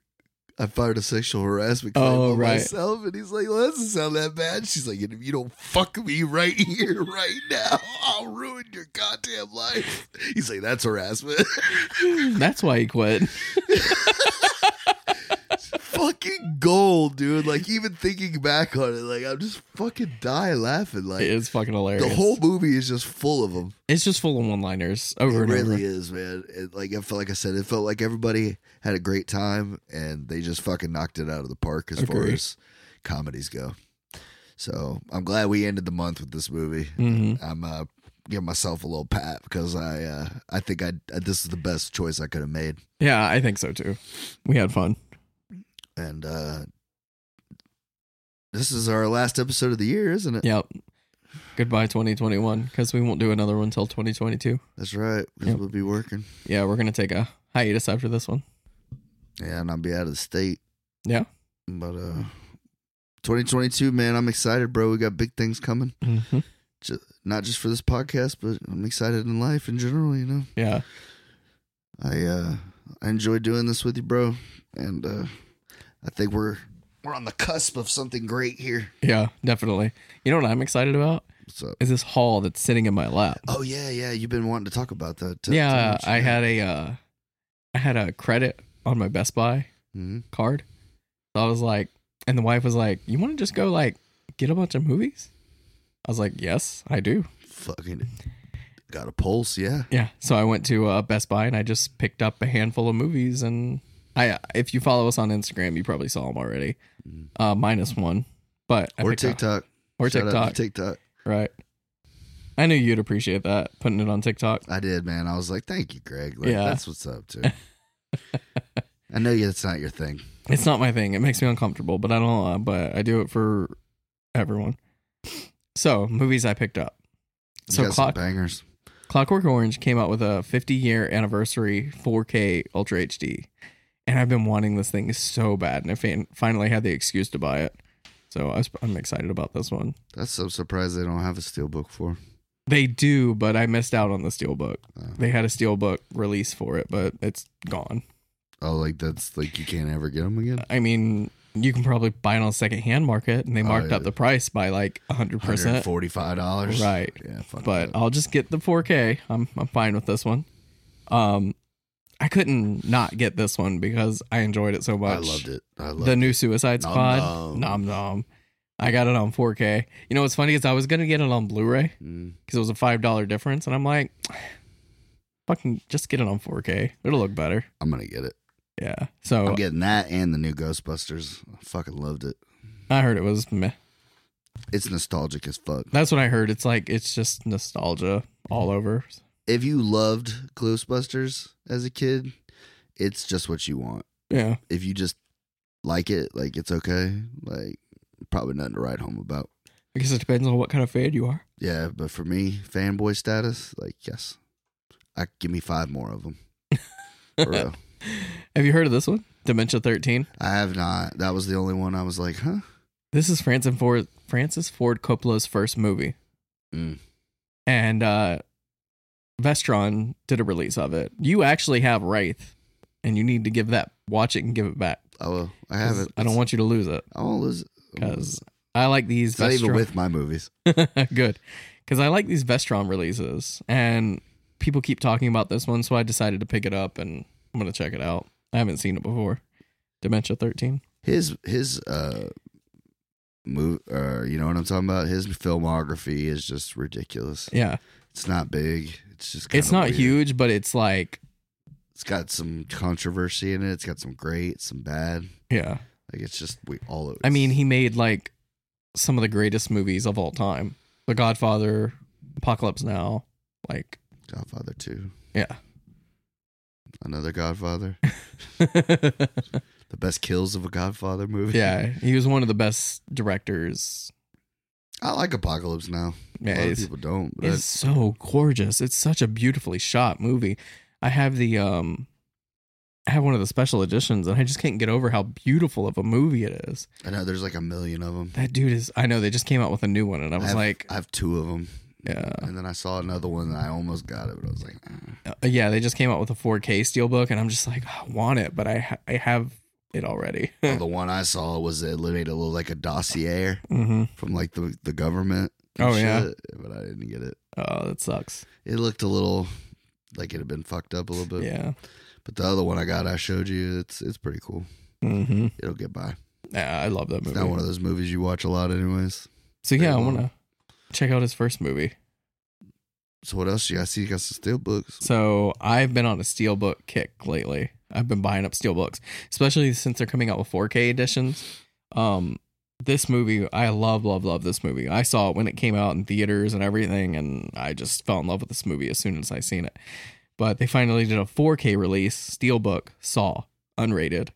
Speaker 3: I fired a sexual harassment claim
Speaker 2: Oh,
Speaker 3: on
Speaker 2: right.
Speaker 3: myself. And he's like, well, that doesn't sound that bad. She's like, and if you don't fuck me right here, right now, I'll ruin your goddamn life. He's like, that's harassment.
Speaker 2: That's why he quit.
Speaker 3: fucking gold, dude. Like, even thinking back on it, like, I'm just fucking die laughing. Like,
Speaker 2: It is fucking hilarious.
Speaker 3: the whole movie is just full of them.
Speaker 2: it's just full of one-liners over
Speaker 3: it
Speaker 2: and
Speaker 3: really
Speaker 2: over.
Speaker 3: is, man. It, like I felt like I said, it felt like everybody had a great time and they just fucking knocked it out of the park as far
Speaker 2: Agreed.
Speaker 3: as comedies go. So I'm glad we ended the month with this movie.
Speaker 2: Mhm.
Speaker 3: I'm uh, giving myself a little pat because I uh, I think I this is the best choice I could have made.
Speaker 2: Yeah, I think so too. We had fun.
Speaker 3: And uh, this is our last episode of the year, isn't it?
Speaker 2: Yep. Goodbye 2021 because we won't do another one till 2022.
Speaker 3: That's right. 'cause
Speaker 2: Yep.
Speaker 3: We'll be working.
Speaker 2: Yeah, we're gonna take a hiatus after this one.
Speaker 3: Yeah, and I'll be out of the state.
Speaker 2: Yeah.
Speaker 3: But uh 2022, man, I'm excited, bro. We got big things coming.
Speaker 2: Mhm.
Speaker 3: Ju- Not just for this podcast, but I'm excited in life in general, you know.
Speaker 2: Yeah,
Speaker 3: I uh I enjoy doing this with you, bro. And uh I think we're we're on the cusp of something great here.
Speaker 2: yeah, definitely. You know what I'm excited about
Speaker 3: What's up?
Speaker 2: is this haul that's sitting in my lap.
Speaker 3: Oh yeah, yeah. You've been wanting to talk about that. Tell- tell me
Speaker 2: yeah,
Speaker 3: what you
Speaker 2: I
Speaker 3: got.
Speaker 2: had a uh, I had a credit on my Best Buy
Speaker 3: Mhm.
Speaker 2: card. So I was like, and the wife was like, "You want to just go like get a bunch of movies?" I was like, "Yes, I do."
Speaker 3: fucking got a pulse, yeah.
Speaker 2: Yeah. So I went to uh, Best Buy and I just picked up a handful of movies. And I, if you follow us on Instagram, you probably saw them already, uh, minus one. But I
Speaker 3: Mm. or
Speaker 2: picked up-
Speaker 3: TikTok.
Speaker 2: or
Speaker 3: Shout out to
Speaker 2: TikTok,
Speaker 3: TikTok.
Speaker 2: right? I knew you'd appreciate that putting it on TikTok.
Speaker 3: I did, man. I was like, thank you, Greg. Like,
Speaker 2: Yeah.
Speaker 3: That's what's up, too. I know you, that's not your thing.
Speaker 2: It's not my thing. It makes me uncomfortable, but I don't. Uh, but I do it for everyone. So movies I picked up.
Speaker 3: You
Speaker 2: So
Speaker 3: got
Speaker 2: clock,
Speaker 3: some bangers.
Speaker 2: Clockwork Orange came out with a 50 year anniversary 4K Ultra HD, and I've been wanting this thing so bad, and I fin- finally had the excuse to buy it. So I was, I'm excited about this one.
Speaker 3: That's so surprised they don't have a steelbook for.
Speaker 2: They do, but I missed out on the steelbook.
Speaker 3: Uh,
Speaker 2: They had a steelbook release for it, but it's gone.
Speaker 3: oh, like that's like you can't ever get them again.
Speaker 2: I mean, you can probably buy it on second hand market, and they
Speaker 3: Oh,
Speaker 2: marked
Speaker 3: yeah.
Speaker 2: up the price by like 100 percent.
Speaker 3: forty-five dollars.
Speaker 2: Right.
Speaker 3: Yeah. Fuck
Speaker 2: but
Speaker 3: that.
Speaker 2: I'll just get the 4K. I'm I'm fine with this one. Um, I couldn't not get this one because I enjoyed it so much.
Speaker 3: I loved it. I loved
Speaker 2: the new Suicide
Speaker 3: Nom
Speaker 2: Squad.
Speaker 3: nom.
Speaker 2: Nom nom. I got it on 4K. You know what's funny is I was gonna get it on Blu-ray
Speaker 3: it. Mm.
Speaker 2: because it was a five dollar difference, and I'm like, fucking just get it on 4K. It'll look better.
Speaker 3: I'm gonna get it.
Speaker 2: Yeah. So
Speaker 3: I'm getting that and the new Ghostbusters. I fucking loved it.
Speaker 2: I heard it was meh.
Speaker 3: It's nostalgic as fuck.
Speaker 2: That's what I heard. It's like it's just nostalgia all over.
Speaker 3: If you loved Ghostbusters as a kid, it's just what you want.
Speaker 2: Yeah.
Speaker 3: if you just like it, like it's okay. Like probably nothing to write home about.
Speaker 2: I guess it depends on what kind of fan you are.
Speaker 3: Yeah, but for me, fanboy status, like yes, I give me five more of them. For real.
Speaker 2: Have you heard of this one? Dementia 13.
Speaker 3: I have not. That was the only one I was like, huh?
Speaker 2: This is Francis Ford Francis Ford Coppola's first movie,
Speaker 3: Mm.
Speaker 2: and uh, Vestron did a release of it. You actually have Wraith, and you need to give that watch it and give it back.
Speaker 3: Oh, well, I have it.
Speaker 2: I don't want you to lose it
Speaker 3: I won't lose it. I won't lose
Speaker 2: because
Speaker 3: it.
Speaker 2: I like these.
Speaker 3: It's not even
Speaker 2: Vestron-
Speaker 3: with my movies.
Speaker 2: Good. Because I like these Vestron releases, and people keep talking about this one, so I decided to pick it up and I'm going to check it out. I haven't seen it before. Dementia 13.
Speaker 3: His his uh move uh you know what I'm talking about? His filmography is just ridiculous.
Speaker 2: Yeah.
Speaker 3: It's not big. It's just
Speaker 2: It's
Speaker 3: kinda
Speaker 2: not
Speaker 3: weird.
Speaker 2: huge, but it's like,
Speaker 3: It's got some controversy in it. It's got some great, some bad.
Speaker 2: yeah.
Speaker 3: Like it's just we all.
Speaker 2: I mean, he made like some of the greatest movies of all time The Godfather, Apocalypse Now. Like,
Speaker 3: Godfather two,
Speaker 2: yeah.
Speaker 3: another Godfather, the best kills of a Godfather movie.
Speaker 2: yeah. He was one of the best directors.
Speaker 3: I like Apocalypse now.
Speaker 2: Yeah,
Speaker 3: a lot of
Speaker 2: he's-
Speaker 3: people don't, but
Speaker 2: It's so gorgeous. It's such a beautifully shot movie. I have the um I have one of the special editions and I just can't get over how beautiful of a movie it is.
Speaker 3: I know there's like a million of them.
Speaker 2: That dude is I know they just came out with a new one and I was
Speaker 3: have,
Speaker 2: like Oh.
Speaker 3: I have two of them.
Speaker 2: yeah.
Speaker 3: And then I saw another one and I almost got it, but I was like, eh.
Speaker 2: Uh, yeah, they just came out with a 4K steelbook and I'm just like "Oh, I want it, but I ha- I have it already.
Speaker 3: Well, the one I saw was it made it look like a dossier
Speaker 2: mhm.
Speaker 3: from like the the government. and
Speaker 2: Oh, yeah.
Speaker 3: shit, but I didn't get it.
Speaker 2: Oh, that sucks.
Speaker 3: It looked a little like it had been fucked up a little bit.
Speaker 2: Yeah.
Speaker 3: But the other one I got, I showed you. It's it's pretty cool.
Speaker 2: Mhm.
Speaker 3: It'll get by.
Speaker 2: Yeah, I love that
Speaker 3: It's
Speaker 2: movie.
Speaker 3: not one of those movies you watch a lot, anyways.
Speaker 2: so yeah, I
Speaker 3: very
Speaker 2: want
Speaker 3: long.
Speaker 2: to check out his first movie.
Speaker 3: So what else? You got? I see you got some steel books.
Speaker 2: So I've been on a steelbook kick lately. I've been buying up steelbooks, especially since they're coming out with 4K editions. Um, this movie, I love, love, love this movie. I saw it when it came out in theaters and everything, and I just fell in love with this movie as soon as I seen it. But they finally did a 4K release, steelbook, Saw, unrated.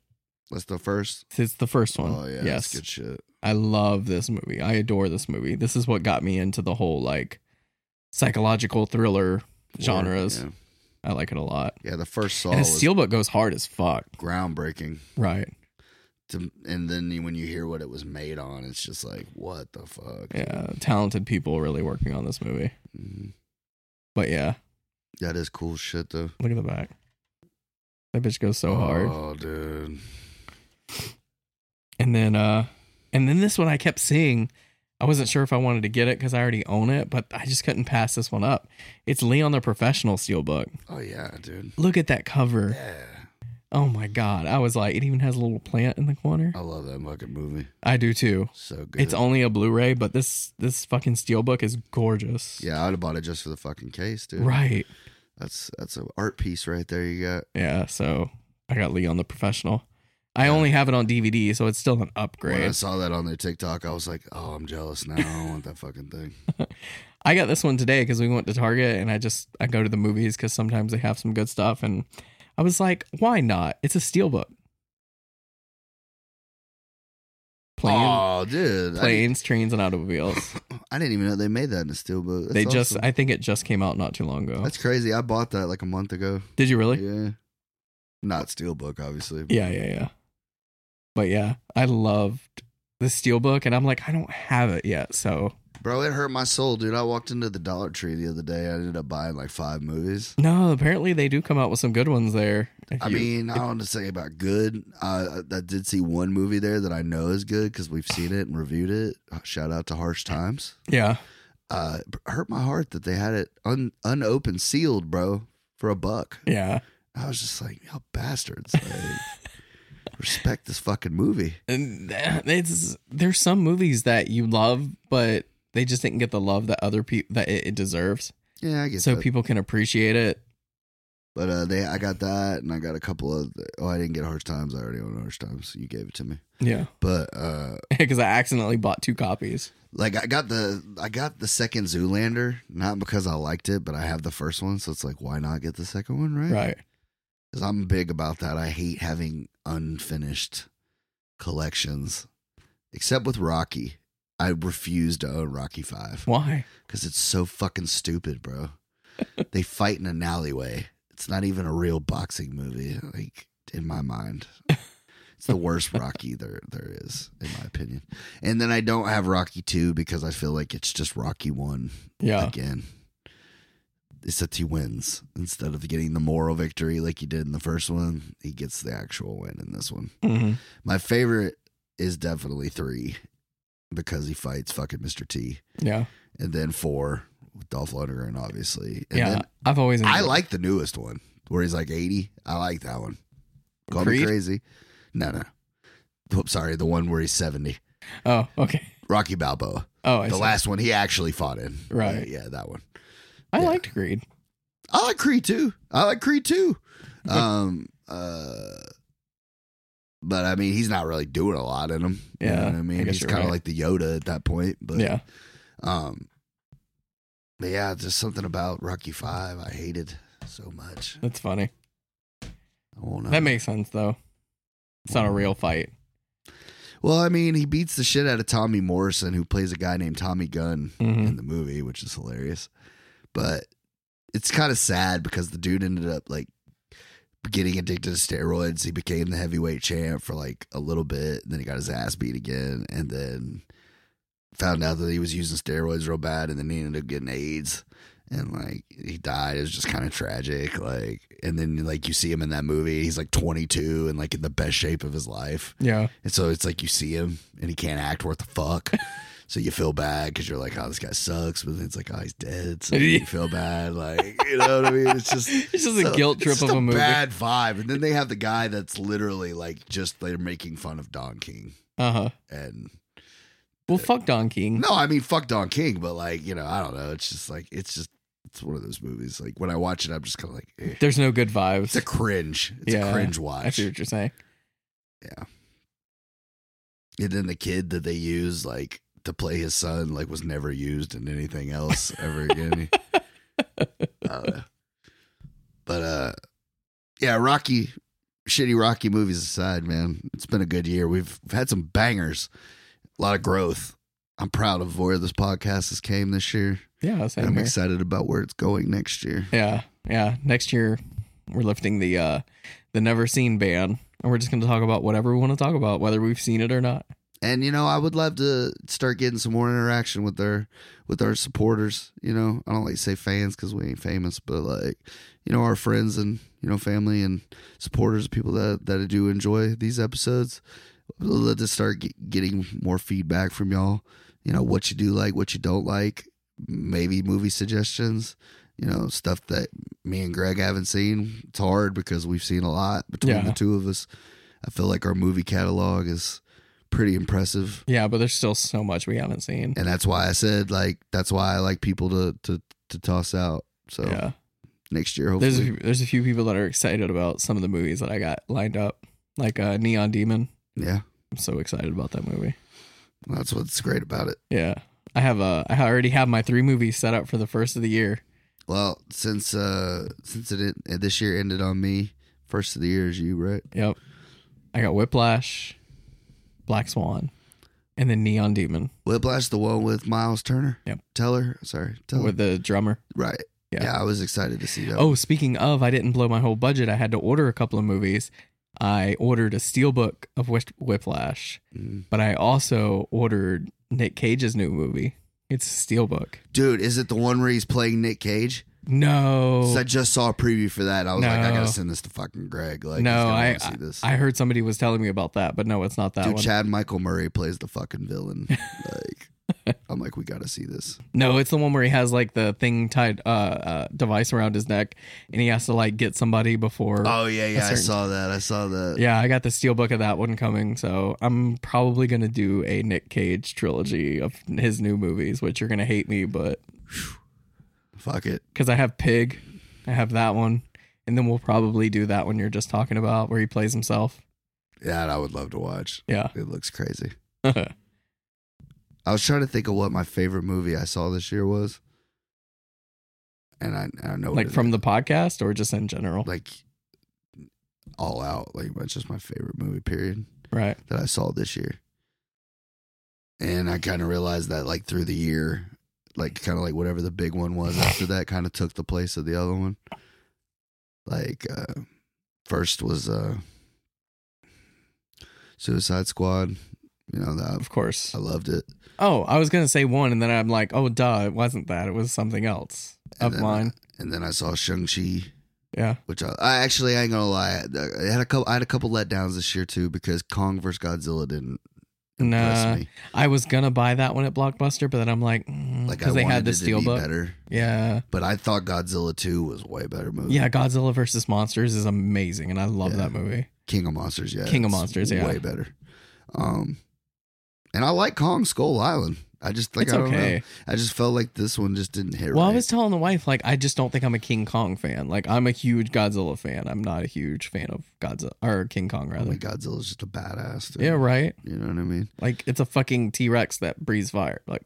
Speaker 3: That's the first.
Speaker 2: It's the first one.
Speaker 3: Oh yeah,
Speaker 2: yes,
Speaker 3: that's good shit.
Speaker 2: I love this movie. I adore this movie. This is what got me into the whole like psychological thriller genres.
Speaker 3: Yeah,
Speaker 2: I like it a lot.
Speaker 3: yeah the first saw
Speaker 2: and a
Speaker 3: was
Speaker 2: steelbook goes hard as fuck.
Speaker 3: groundbreaking.
Speaker 2: Right.
Speaker 3: To, and then when you hear what it was made on, it's just like, what the fuck?
Speaker 2: Yeah. Talented people really working on this movie.
Speaker 3: Mhm.
Speaker 2: But yeah,
Speaker 3: That is cool shit though.
Speaker 2: look at the back. That bitch goes so hard.
Speaker 3: Oh, dude.
Speaker 2: And then uh and then this one I kept seeing. I wasn't sure if I wanted to get it because I already own it, but I just couldn't pass this one up. It's Leon the Professional Steelbook.
Speaker 3: Oh yeah, dude.
Speaker 2: Look at that cover.
Speaker 3: Yeah,
Speaker 2: Oh my god. I was like, it even has a little plant in the corner.
Speaker 3: I love that fucking movie.
Speaker 2: I do too.
Speaker 3: So good.
Speaker 2: It's only a Blu-ray, but this this fucking steelbook is gorgeous.
Speaker 3: yeah, I'd have bought it just for the fucking case, dude.
Speaker 2: Right.
Speaker 3: That's that's an art piece right there. You got
Speaker 2: Yeah, so I got Leon the Professional. I only have it on DVD, so it's still an
Speaker 3: When I
Speaker 2: upgrade.
Speaker 3: saw that on their TikTok, I was like, "Oh, I'm jealous now. I want that fucking thing."
Speaker 2: I got this one today because we went to Target, and I just I go to the movies because sometimes they have some good stuff, and I was like, why not? It's a steelbook. Plane,
Speaker 3: Oh, dude, I,
Speaker 2: planes, trains, and automobiles.
Speaker 3: didn't- I didn't even know they made that in a steelbook. That's
Speaker 2: they just
Speaker 3: awesome.
Speaker 2: I think it just came out not too long ago.
Speaker 3: that's crazy. I bought that like a month ago.
Speaker 2: Did you really?
Speaker 3: Yeah, not steelbook, obviously.
Speaker 2: Yeah, yeah, yeah. But yeah, I loved the steelbook, and I'm like, I don't have it yet, so
Speaker 3: Bro, it hurt my soul, dude. I walked into the Dollar Tree the other day. I ended up buying like five movies.
Speaker 2: No, apparently they do come out with some good ones there. If
Speaker 3: I
Speaker 2: you-
Speaker 3: mean, I don't want to say about good. Uh, I did see one movie there that I know is good because we've seen it and reviewed it. Shout out to Harsh Times.
Speaker 2: yeah,
Speaker 3: Uh, it hurt my heart that they had it un- unopened, sealed, bro, for a buck.
Speaker 2: yeah.
Speaker 3: I was just like, y'all bastards. Like, respect this fucking movie.
Speaker 2: And th- it's there's some movies that you love, but they just didn't get the love that other people that it, it deserves,
Speaker 3: Yeah, I get
Speaker 2: so
Speaker 3: that.
Speaker 2: people can appreciate it.
Speaker 3: but uh, they, I got that, and I got a couple of. Oh, I didn't get Harsh Times. I already own Harsh Times. You gave it to me.
Speaker 2: Yeah,
Speaker 3: But uh,
Speaker 2: because I accidentally bought two copies.
Speaker 3: like I got the I got the second Zoolander not because I liked it, but I have the first one, so it's like why not get the second one, right?
Speaker 2: Right.
Speaker 3: Because I'm big about that. I hate having unfinished collections, except with Rocky. I refuse to own Rocky Five
Speaker 2: Why?
Speaker 3: because it's so fucking stupid, bro. they fight in an alleyway. It's not even a real boxing movie, like in my mind. It's the worst Rocky there there is, in my opinion. And then I don't have Rocky two because I feel like it's just Rocky one
Speaker 2: Yeah.
Speaker 3: again. Except he wins instead of getting the moral victory like he did in the first one. He gets the actual win in this one.
Speaker 2: hmm
Speaker 3: My favorite is definitely three because he fights fucking Mr. T
Speaker 2: Yeah.
Speaker 3: and then four with Dolph Lundgren, obviously. And
Speaker 2: yeah.
Speaker 3: then
Speaker 2: I've always
Speaker 3: I
Speaker 2: enjoyed-
Speaker 3: like the newest one where he's like eighty. I like that one. Call me
Speaker 2: Creed?
Speaker 3: crazy. No, no. Oh, sorry, the one where he's seventy.
Speaker 2: Oh, okay.
Speaker 3: Rocky Balboa.
Speaker 2: Oh, I
Speaker 3: the
Speaker 2: see.
Speaker 3: last one he actually fought in.
Speaker 2: Right.
Speaker 3: Yeah, that one.
Speaker 2: I
Speaker 3: yeah.
Speaker 2: liked Greed.
Speaker 3: I like Creed too. I like Creed too. Um. Uh. But I mean, he's not really doing a lot in them. you know
Speaker 2: Yeah,
Speaker 3: what I mean,
Speaker 2: I guess
Speaker 3: he's
Speaker 2: you're
Speaker 3: kind of
Speaker 2: right.
Speaker 3: like the Yoda at that point. But
Speaker 2: Yeah.
Speaker 3: Um, but yeah, just something about Rocky Five I hated so much.
Speaker 2: That's funny.
Speaker 3: I won't know.
Speaker 2: That makes sense though. It's not a real fight.
Speaker 3: well, I mean, he beats the shit out of Tommy Morrison, who plays a guy named Tommy Gunn
Speaker 2: Mhm.
Speaker 3: in the movie, which is hilarious. But it's kind of sad because the dude ended up like getting addicted to steroids. He became the heavyweight champ for like a little bit, and then he got his ass beat again, and then found out that he was using steroids real bad, and then he ended up getting AIDS. And like he died, it was just kind of tragic. Like, and then like you see him in that movie, he's like 22 and like in the best shape of his life.
Speaker 2: Yeah.
Speaker 3: And so it's like you see him and he can't act worth the fuck. so you feel bad because you're like, oh, this guy sucks. But then it's like, oh, he's dead. So
Speaker 2: Yeah.
Speaker 3: you feel bad. Like, you know what I mean? It's just.
Speaker 2: It's just a
Speaker 3: so-
Speaker 2: guilt
Speaker 3: it's
Speaker 2: trip
Speaker 3: just
Speaker 2: of a, movie.
Speaker 3: bad vibe. And then they have the guy that's literally like just they're making fun of Don King.
Speaker 2: Uh huh.
Speaker 3: And
Speaker 2: Well, fuck Don King.
Speaker 3: no, I mean, fuck Don King, but like, you know, I don't know. It's just like, it's just, it's one of those movies. Like, when I watch it, I'm just kind of like, eh.
Speaker 2: There's no good vibes.
Speaker 3: it's a cringe. It's
Speaker 2: Yeah,
Speaker 3: a cringe
Speaker 2: I
Speaker 3: watch.
Speaker 2: see what you're saying.
Speaker 3: and then the kid that they used like to play his son like was never used in anything else ever again I don't know. but uh yeah rocky shitty rocky movies aside man it's been a good year we've, we've had some bangers a lot of growth i'm proud of where this podcast has came this year
Speaker 2: Yeah,
Speaker 3: and
Speaker 2: same
Speaker 3: i'm
Speaker 2: here.
Speaker 3: excited about where it's going next year
Speaker 2: Yeah, yeah. Next year, we're lifting the uh the never seen ban, and we're just going to talk about whatever we want to talk about, whether we've seen it or not.
Speaker 3: and you know i would love to start getting some more interaction with our with our supporters you know i don't like to say fans because we ain't famous but like you know our friends and you know family and supporters people that that do enjoy these episodes I'd love to start get, getting more feedback from y'all you know what you do like what you don't like maybe movie suggestions you know stuff that me and greg haven't seen it's hard because we've seen a lot between
Speaker 2: Yeah.
Speaker 3: the two of us i feel like our movie catalog is pretty impressive
Speaker 2: Yeah, but there's still so much we haven't seen.
Speaker 3: and that's why I said like that's why I like people to to to toss out. So
Speaker 2: yeah,
Speaker 3: next year,
Speaker 2: there's a
Speaker 3: hopefully,
Speaker 2: few, there's a few people that are excited about some of the movies that I got lined up, like uh, Neon Demon.
Speaker 3: yeah,
Speaker 2: I'm so excited about that movie.
Speaker 3: that's what's great about it.
Speaker 2: Yeah, I have uh, I already have my three movies set up for the first of the year.
Speaker 3: Well, since uh since it en- this year ended on me, first of the year is you, right?
Speaker 2: Yep, I got Whiplash, Black Swan, and then Neon Demon
Speaker 3: Whiplash, the one with Miles Turner.
Speaker 2: Yep.
Speaker 3: Teller, sorry, Teller.
Speaker 2: with the drummer.
Speaker 3: right.
Speaker 2: Yeah.
Speaker 3: Yeah. I was excited to see that.
Speaker 2: Oh, speaking of, I didn't blow my whole budget. I had to order a couple of movies. I ordered a steelbook of Whip- Whiplash,
Speaker 3: Mm.
Speaker 2: but I also ordered Nick Cage's new movie. It's a steelbook.
Speaker 3: dude, is it the one where he's playing Nick Cage?
Speaker 2: No,
Speaker 3: 'Cause I just saw a preview for that. I was like, I
Speaker 2: Oh. No.
Speaker 3: gotta send this to fucking Greg. Like,
Speaker 2: No,
Speaker 3: he's gonna
Speaker 2: I-
Speaker 3: wanna see this.
Speaker 2: I heard somebody was telling me about that, but no, it's not that
Speaker 3: Dude,
Speaker 2: one.
Speaker 3: Chad Michael Murray plays the fucking villain. Like, I'm like, we gotta see this.
Speaker 2: No, it's the one where he has like the thing tied uh, uh device around his neck, and he has to like get somebody before.
Speaker 3: Oh yeah, yeah, I
Speaker 2: certain-
Speaker 3: saw that. I saw that.
Speaker 2: yeah, I got the steelbook of that one coming, so I'm probably gonna do a Nick Cage trilogy of his new movies, which you're gonna hate me, but
Speaker 3: Fuck it.
Speaker 2: because I have Pig, I have that one, and then we'll probably do that one you're just talking about where he plays himself.
Speaker 3: That I would love to watch.
Speaker 2: Yeah,
Speaker 3: It looks crazy.
Speaker 2: I
Speaker 3: I was trying to think of what my favorite movie I saw this year was, and I, I don't know what
Speaker 2: like
Speaker 3: it
Speaker 2: from
Speaker 3: is.
Speaker 2: the podcast or just in general,
Speaker 3: like all out. Like that's just my favorite movie. Period.
Speaker 2: right?
Speaker 3: That I saw this year, and I kind of realized that like through the year, like kind of like whatever the big one was after that kind of took the place of the other one. Like uh first was uh Suicide Squad. You know that
Speaker 2: Of course.
Speaker 3: I loved it.
Speaker 2: Oh, I was gonna say one, and then I'm like, oh, duh, it wasn't that. It was something else
Speaker 3: And
Speaker 2: of
Speaker 3: then- uh,
Speaker 2: mine.
Speaker 3: And then I saw Shang Chi,
Speaker 2: Yeah.
Speaker 3: which I, I actually I ain't gonna lie. I had a couple. I had a couple letdowns this year too because Kong vs Godzilla didn't impress
Speaker 2: Nah,
Speaker 3: me.
Speaker 2: I was gonna buy that one at Blockbuster, but then I'm like,
Speaker 3: Like
Speaker 2: because
Speaker 3: I
Speaker 2: they
Speaker 3: wanted
Speaker 2: had the
Speaker 3: it to be
Speaker 2: steelbook.
Speaker 3: better,
Speaker 2: Yeah,
Speaker 3: but I thought Godzilla Two was a way better movie.
Speaker 2: yeah. Godzilla versus monsters is amazing, and I love
Speaker 3: Yeah.
Speaker 2: that movie.
Speaker 3: King of Monsters, yeah.
Speaker 2: King of
Speaker 3: it's
Speaker 2: Monsters, yeah.
Speaker 3: Way better. Um and I like Kong Skull Island. I just like
Speaker 2: it's
Speaker 3: I don't
Speaker 2: okay.
Speaker 3: know. I just felt like this one just didn't hit
Speaker 2: Well,
Speaker 3: right.
Speaker 2: I was telling the wife, like, I just don't think I'm a King Kong fan. Like, I'm a huge Godzilla fan. I'm not a huge fan of Godzilla or King Kong,
Speaker 3: I
Speaker 2: rather.
Speaker 3: mean, Godzilla's just a badass. dude.
Speaker 2: yeah, right.
Speaker 3: You know what I mean?
Speaker 2: Like, it's a fucking T Rex that breathes fire. Like,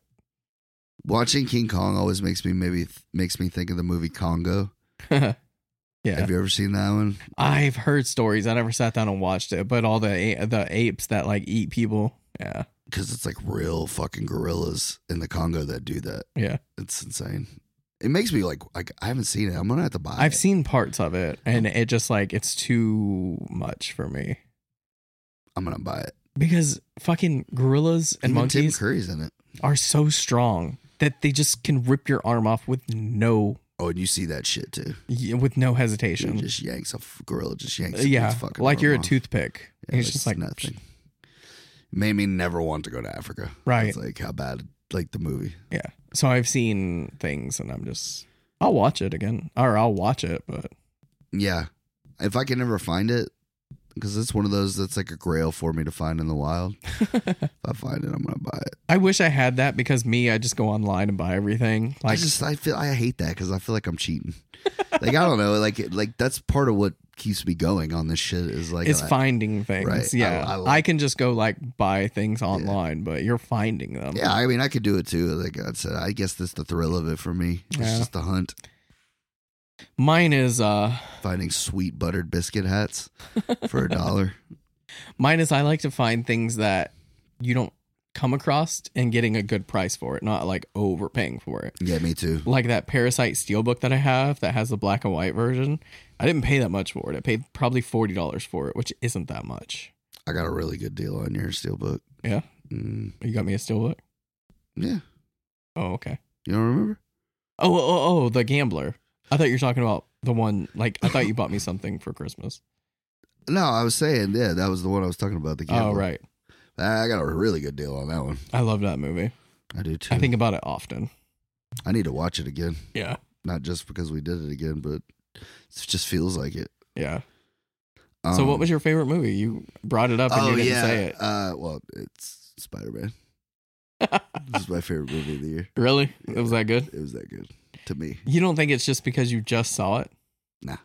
Speaker 3: Watching King Kong always makes me maybe makes me think of the movie Congo.
Speaker 2: yeah.
Speaker 3: Have you ever seen that one?
Speaker 2: I've heard stories. I never sat down and watched it, but all the a- the apes that like eat people. Yeah,
Speaker 3: Because it's like real fucking gorillas in the Congo that do that.
Speaker 2: Yeah.
Speaker 3: It's insane. It makes me like like I haven't seen it. I'm gonna have to buy
Speaker 2: I've
Speaker 3: it.
Speaker 2: seen parts of it, and it just like it's too much for me
Speaker 3: I'm gonna buy it.
Speaker 2: because fucking gorillas and
Speaker 3: Even
Speaker 2: monkeys
Speaker 3: Tim Curry's in it.
Speaker 2: are so strong that they just can rip your arm off with no
Speaker 3: Oh, and you see that shit too.
Speaker 2: with no
Speaker 3: Dude
Speaker 2: hesitation.
Speaker 3: just yanks a f- gorilla. Just yanks.
Speaker 2: Uh, yeah,
Speaker 3: his fucking
Speaker 2: like
Speaker 3: arm
Speaker 2: you're a
Speaker 3: off.
Speaker 2: toothpick.
Speaker 3: Yeah,
Speaker 2: it's just like
Speaker 3: nothing. Made me never want to go to Africa.
Speaker 2: Right.
Speaker 3: It's like how bad like the movie.
Speaker 2: Yeah. So I've seen things, and I'm just I'll watch it again, or I'll watch it, but
Speaker 3: Yeah. If I can never find it, because it's one of those that's like a grail for me to find in the wild. if I find it, I'm gonna buy it.
Speaker 2: I wish I had that because me, I just go online and buy everything.
Speaker 3: I
Speaker 2: Like,
Speaker 3: just I feel I hate that because I feel like I'm cheating. like I don't know. Like it, like that's part of what keeps me going on this shit is like
Speaker 2: it's
Speaker 3: I-
Speaker 2: finding things.
Speaker 3: Right. I-
Speaker 2: Yeah. I,
Speaker 3: I like-
Speaker 2: can just go like buy things online, but you're finding them.
Speaker 3: Yeah, I mean I could do it too. Like I said, I guess that's the thrill of it for me. It's
Speaker 2: Yeah.
Speaker 3: just the hunt,
Speaker 2: Mine is uh
Speaker 3: finding sweet buttered biscuit hats for a dollar.
Speaker 2: mine is I like to find things that you don't come across and getting a good price for it, not like overpaying for it.
Speaker 3: yeah, me too.
Speaker 2: Like that Parasite Steelbook that I have that has the black and white version. I didn't pay that much for it. I paid probably forty dollars for it, which isn't that much.
Speaker 3: I got a really good deal on your steelbook.
Speaker 2: Yeah?
Speaker 3: Mm,
Speaker 2: You got me a steelbook?
Speaker 3: yeah.
Speaker 2: Oh, okay.
Speaker 3: You don't remember?
Speaker 2: Oh, oh, oh, oh, the gambler. I thought you were talking about the one. Like, I thought you bought me something for Christmas.
Speaker 3: No, I was saying, yeah, that was the one I was talking about. The
Speaker 2: Oh,
Speaker 3: gambler.
Speaker 2: right.
Speaker 3: I got a really good deal on that one.
Speaker 2: I love that movie.
Speaker 3: I do too.
Speaker 2: I think about it often.
Speaker 3: I need to watch it again,
Speaker 2: Yeah.
Speaker 3: not just because we did it again, but it just feels like it.
Speaker 2: Yeah. so, what was your favorite movie? You brought it up and
Speaker 3: Um, Oh
Speaker 2: you didn't
Speaker 3: yeah.
Speaker 2: say it.
Speaker 3: Uh, well, it's Spider Man. this is my favorite movie of the year.
Speaker 2: Really? It was that good?
Speaker 3: It was that good to me.
Speaker 2: You don't think it's just because you just saw it?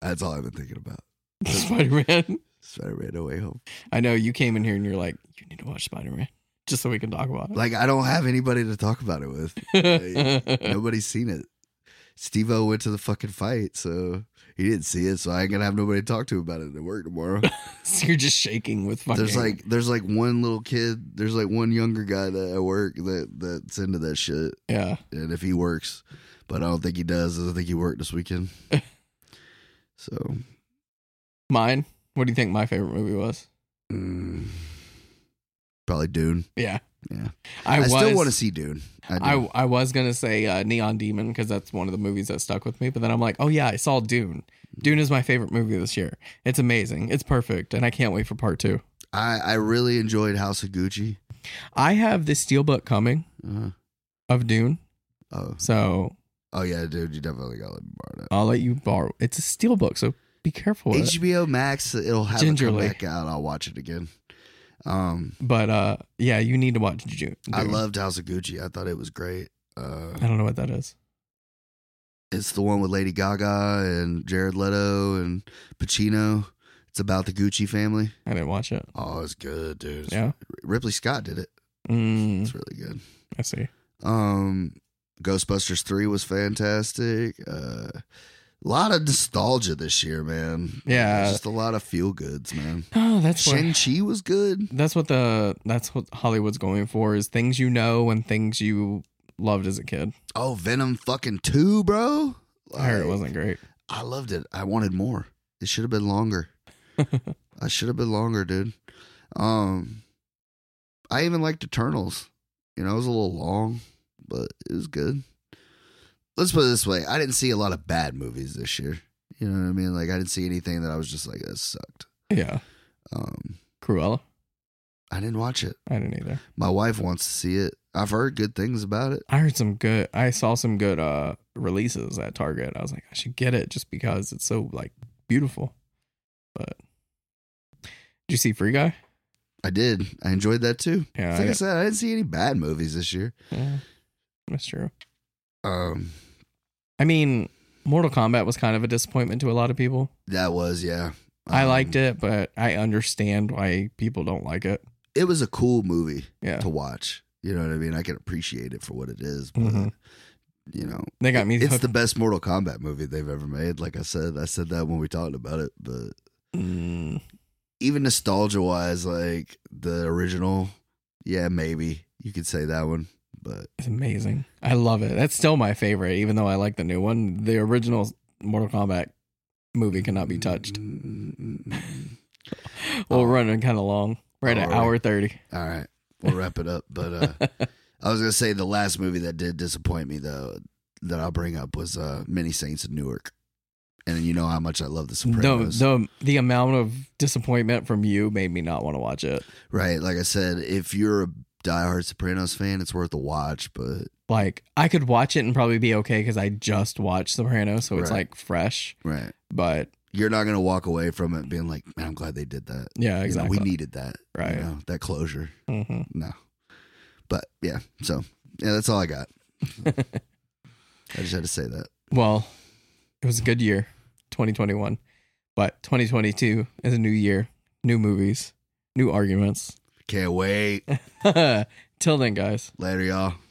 Speaker 3: That's all I've been thinking about.
Speaker 2: Spider Man?
Speaker 3: Spider Man: No Way Home.
Speaker 2: I know you came in here and you're like, you need to watch Spider Man just so we can talk about it.
Speaker 3: Like I don't have anybody to talk about it with. Nobody's seen it. Steve O went to the fucking fight, so he didn't see it. So I ain't gonna have nobody to talk to about it at work tomorrow.
Speaker 2: so you're just shaking with fucking.
Speaker 3: there's like there's like one little kid, there's like one younger guy that at work that that's into that shit,
Speaker 2: yeah.
Speaker 3: and if he works, but I don't think he does. I don't think he worked this weekend. so
Speaker 2: Mine? What do you think my favorite movie was?
Speaker 3: mm, probably Dune.
Speaker 2: Yeah.
Speaker 3: Yeah.
Speaker 2: I,
Speaker 3: I,
Speaker 2: was,
Speaker 3: still want to see Dune. I, do.
Speaker 2: I, I was gonna say uh, Neon Demon because that's one of the movies that stuck with me. But then I'm like, oh yeah, I saw Dune. Dune is my favorite movie this year. It's amazing. It's perfect, and I can't wait for part two.
Speaker 3: I I really enjoyed House of Gucci.
Speaker 2: I have the steelbook coming
Speaker 3: Uh,
Speaker 2: of Dune,
Speaker 3: oh
Speaker 2: so
Speaker 3: oh yeah, dude, you definitely got to borrow that.
Speaker 2: I'll let you borrow. It's a steelbook, so be careful. With it.
Speaker 3: HBO Max, it'll have it come
Speaker 2: Gingerly.
Speaker 3: back out. I'll watch it again. Um,
Speaker 2: But uh, yeah, you need to watch Ju- Dune.
Speaker 3: I loved House of Gucci. I thought it was great. Uh,
Speaker 2: I don't know what that is.
Speaker 3: It's the one with Lady Gaga and Jared Leto and Pacino. It's about the Gucci family.
Speaker 2: I didn't watch it.
Speaker 3: Oh, it's good, dude. It's-
Speaker 2: Yeah.
Speaker 3: Ripley Scott did it.
Speaker 2: Mm,
Speaker 3: It's really good.
Speaker 2: I see.
Speaker 3: Um, Ghostbusters 3 was fantastic. Uh, a lot of nostalgia this year, man.
Speaker 2: Yeah.
Speaker 3: Just a lot of feel goods, man.
Speaker 2: Oh, that's what-
Speaker 3: Shang-Chi was good.
Speaker 2: that's what the that's what Hollywood's going for is things you know and things you loved as a kid.
Speaker 3: Oh, Venom fucking 2, bro.
Speaker 2: I heard it
Speaker 3: Like,
Speaker 2: wasn't great.
Speaker 3: I loved it. I wanted more. It should have been longer. I should have been longer, dude. Um, I even liked Eternals. You know, it was a little long, but it was good. Let's put it this way: I didn't see a lot of bad movies this year. You know what I mean? Like I didn't see anything that I was just like, "That sucked."
Speaker 2: Yeah,
Speaker 3: Um,
Speaker 2: Cruella.
Speaker 3: I didn't watch it.
Speaker 2: I didn't either.
Speaker 3: My wife wants to see it. I've heard good things about it.
Speaker 2: I heard some good. I saw some good uh releases at Target. I was like, I should get it just because it's so like beautiful. But did you see Free Guy?
Speaker 3: I did. I enjoyed that too.
Speaker 2: Yeah,
Speaker 3: like I
Speaker 2: I-
Speaker 3: said, I didn't see any bad movies this year.
Speaker 2: yeah, that's true.
Speaker 3: Um,
Speaker 2: I mean, Mortal Kombat was kind of a disappointment to a lot of people.
Speaker 3: that was yeah.
Speaker 2: I
Speaker 3: Um,
Speaker 2: liked it, but I understand why people don't like it.
Speaker 3: it was a cool movie
Speaker 2: Yeah.
Speaker 3: to watch. You know what I mean? I can appreciate it for what it is, but
Speaker 2: Mhm.
Speaker 3: you know,
Speaker 2: They got me.
Speaker 3: It's
Speaker 2: hooked.
Speaker 3: the best Mortal Kombat movie they've ever made. Like I said, I said that when we talked about it, but
Speaker 2: Mm,
Speaker 3: even nostalgia wise, like the original, yeah, maybe you could say that one. But
Speaker 2: It's amazing. I love it. That's still my favorite, even though I like the new one. The original Mortal Kombat movie cannot be touched. Well,
Speaker 3: Oh.
Speaker 2: we're running kind of long. We're at an
Speaker 3: All right.
Speaker 2: hour 30.
Speaker 3: All right, we'll wrap it up. But uh, I was gonna say the last movie that did disappoint me though that I'll bring up was uh, Many Saints of Newark, and you know how much I love The
Speaker 2: The,
Speaker 3: Sopranos,
Speaker 2: the, the amount of disappointment from you made me not want to watch it.
Speaker 3: right? Like I said, if you're a diehard Sopranos fan, it's worth a watch. But
Speaker 2: Like, I could watch it and probably be okay because I just watched Soprano, so it's
Speaker 3: Right.
Speaker 2: like fresh.
Speaker 3: right,
Speaker 2: But
Speaker 3: you're not gonna walk away from it being like, man, I'm glad they did that.
Speaker 2: yeah,
Speaker 3: You know,
Speaker 2: exactly.
Speaker 3: we needed that, you
Speaker 2: Right.
Speaker 3: know, that closure.
Speaker 2: Mhm.
Speaker 3: No, but yeah. So yeah, that's all I got. I just had to say that.
Speaker 2: Well, it was a good year, 2021. But 2022 is a new year, new movies, new arguments.
Speaker 3: Can't wait.
Speaker 2: Till then, guys.
Speaker 3: Later, y'all.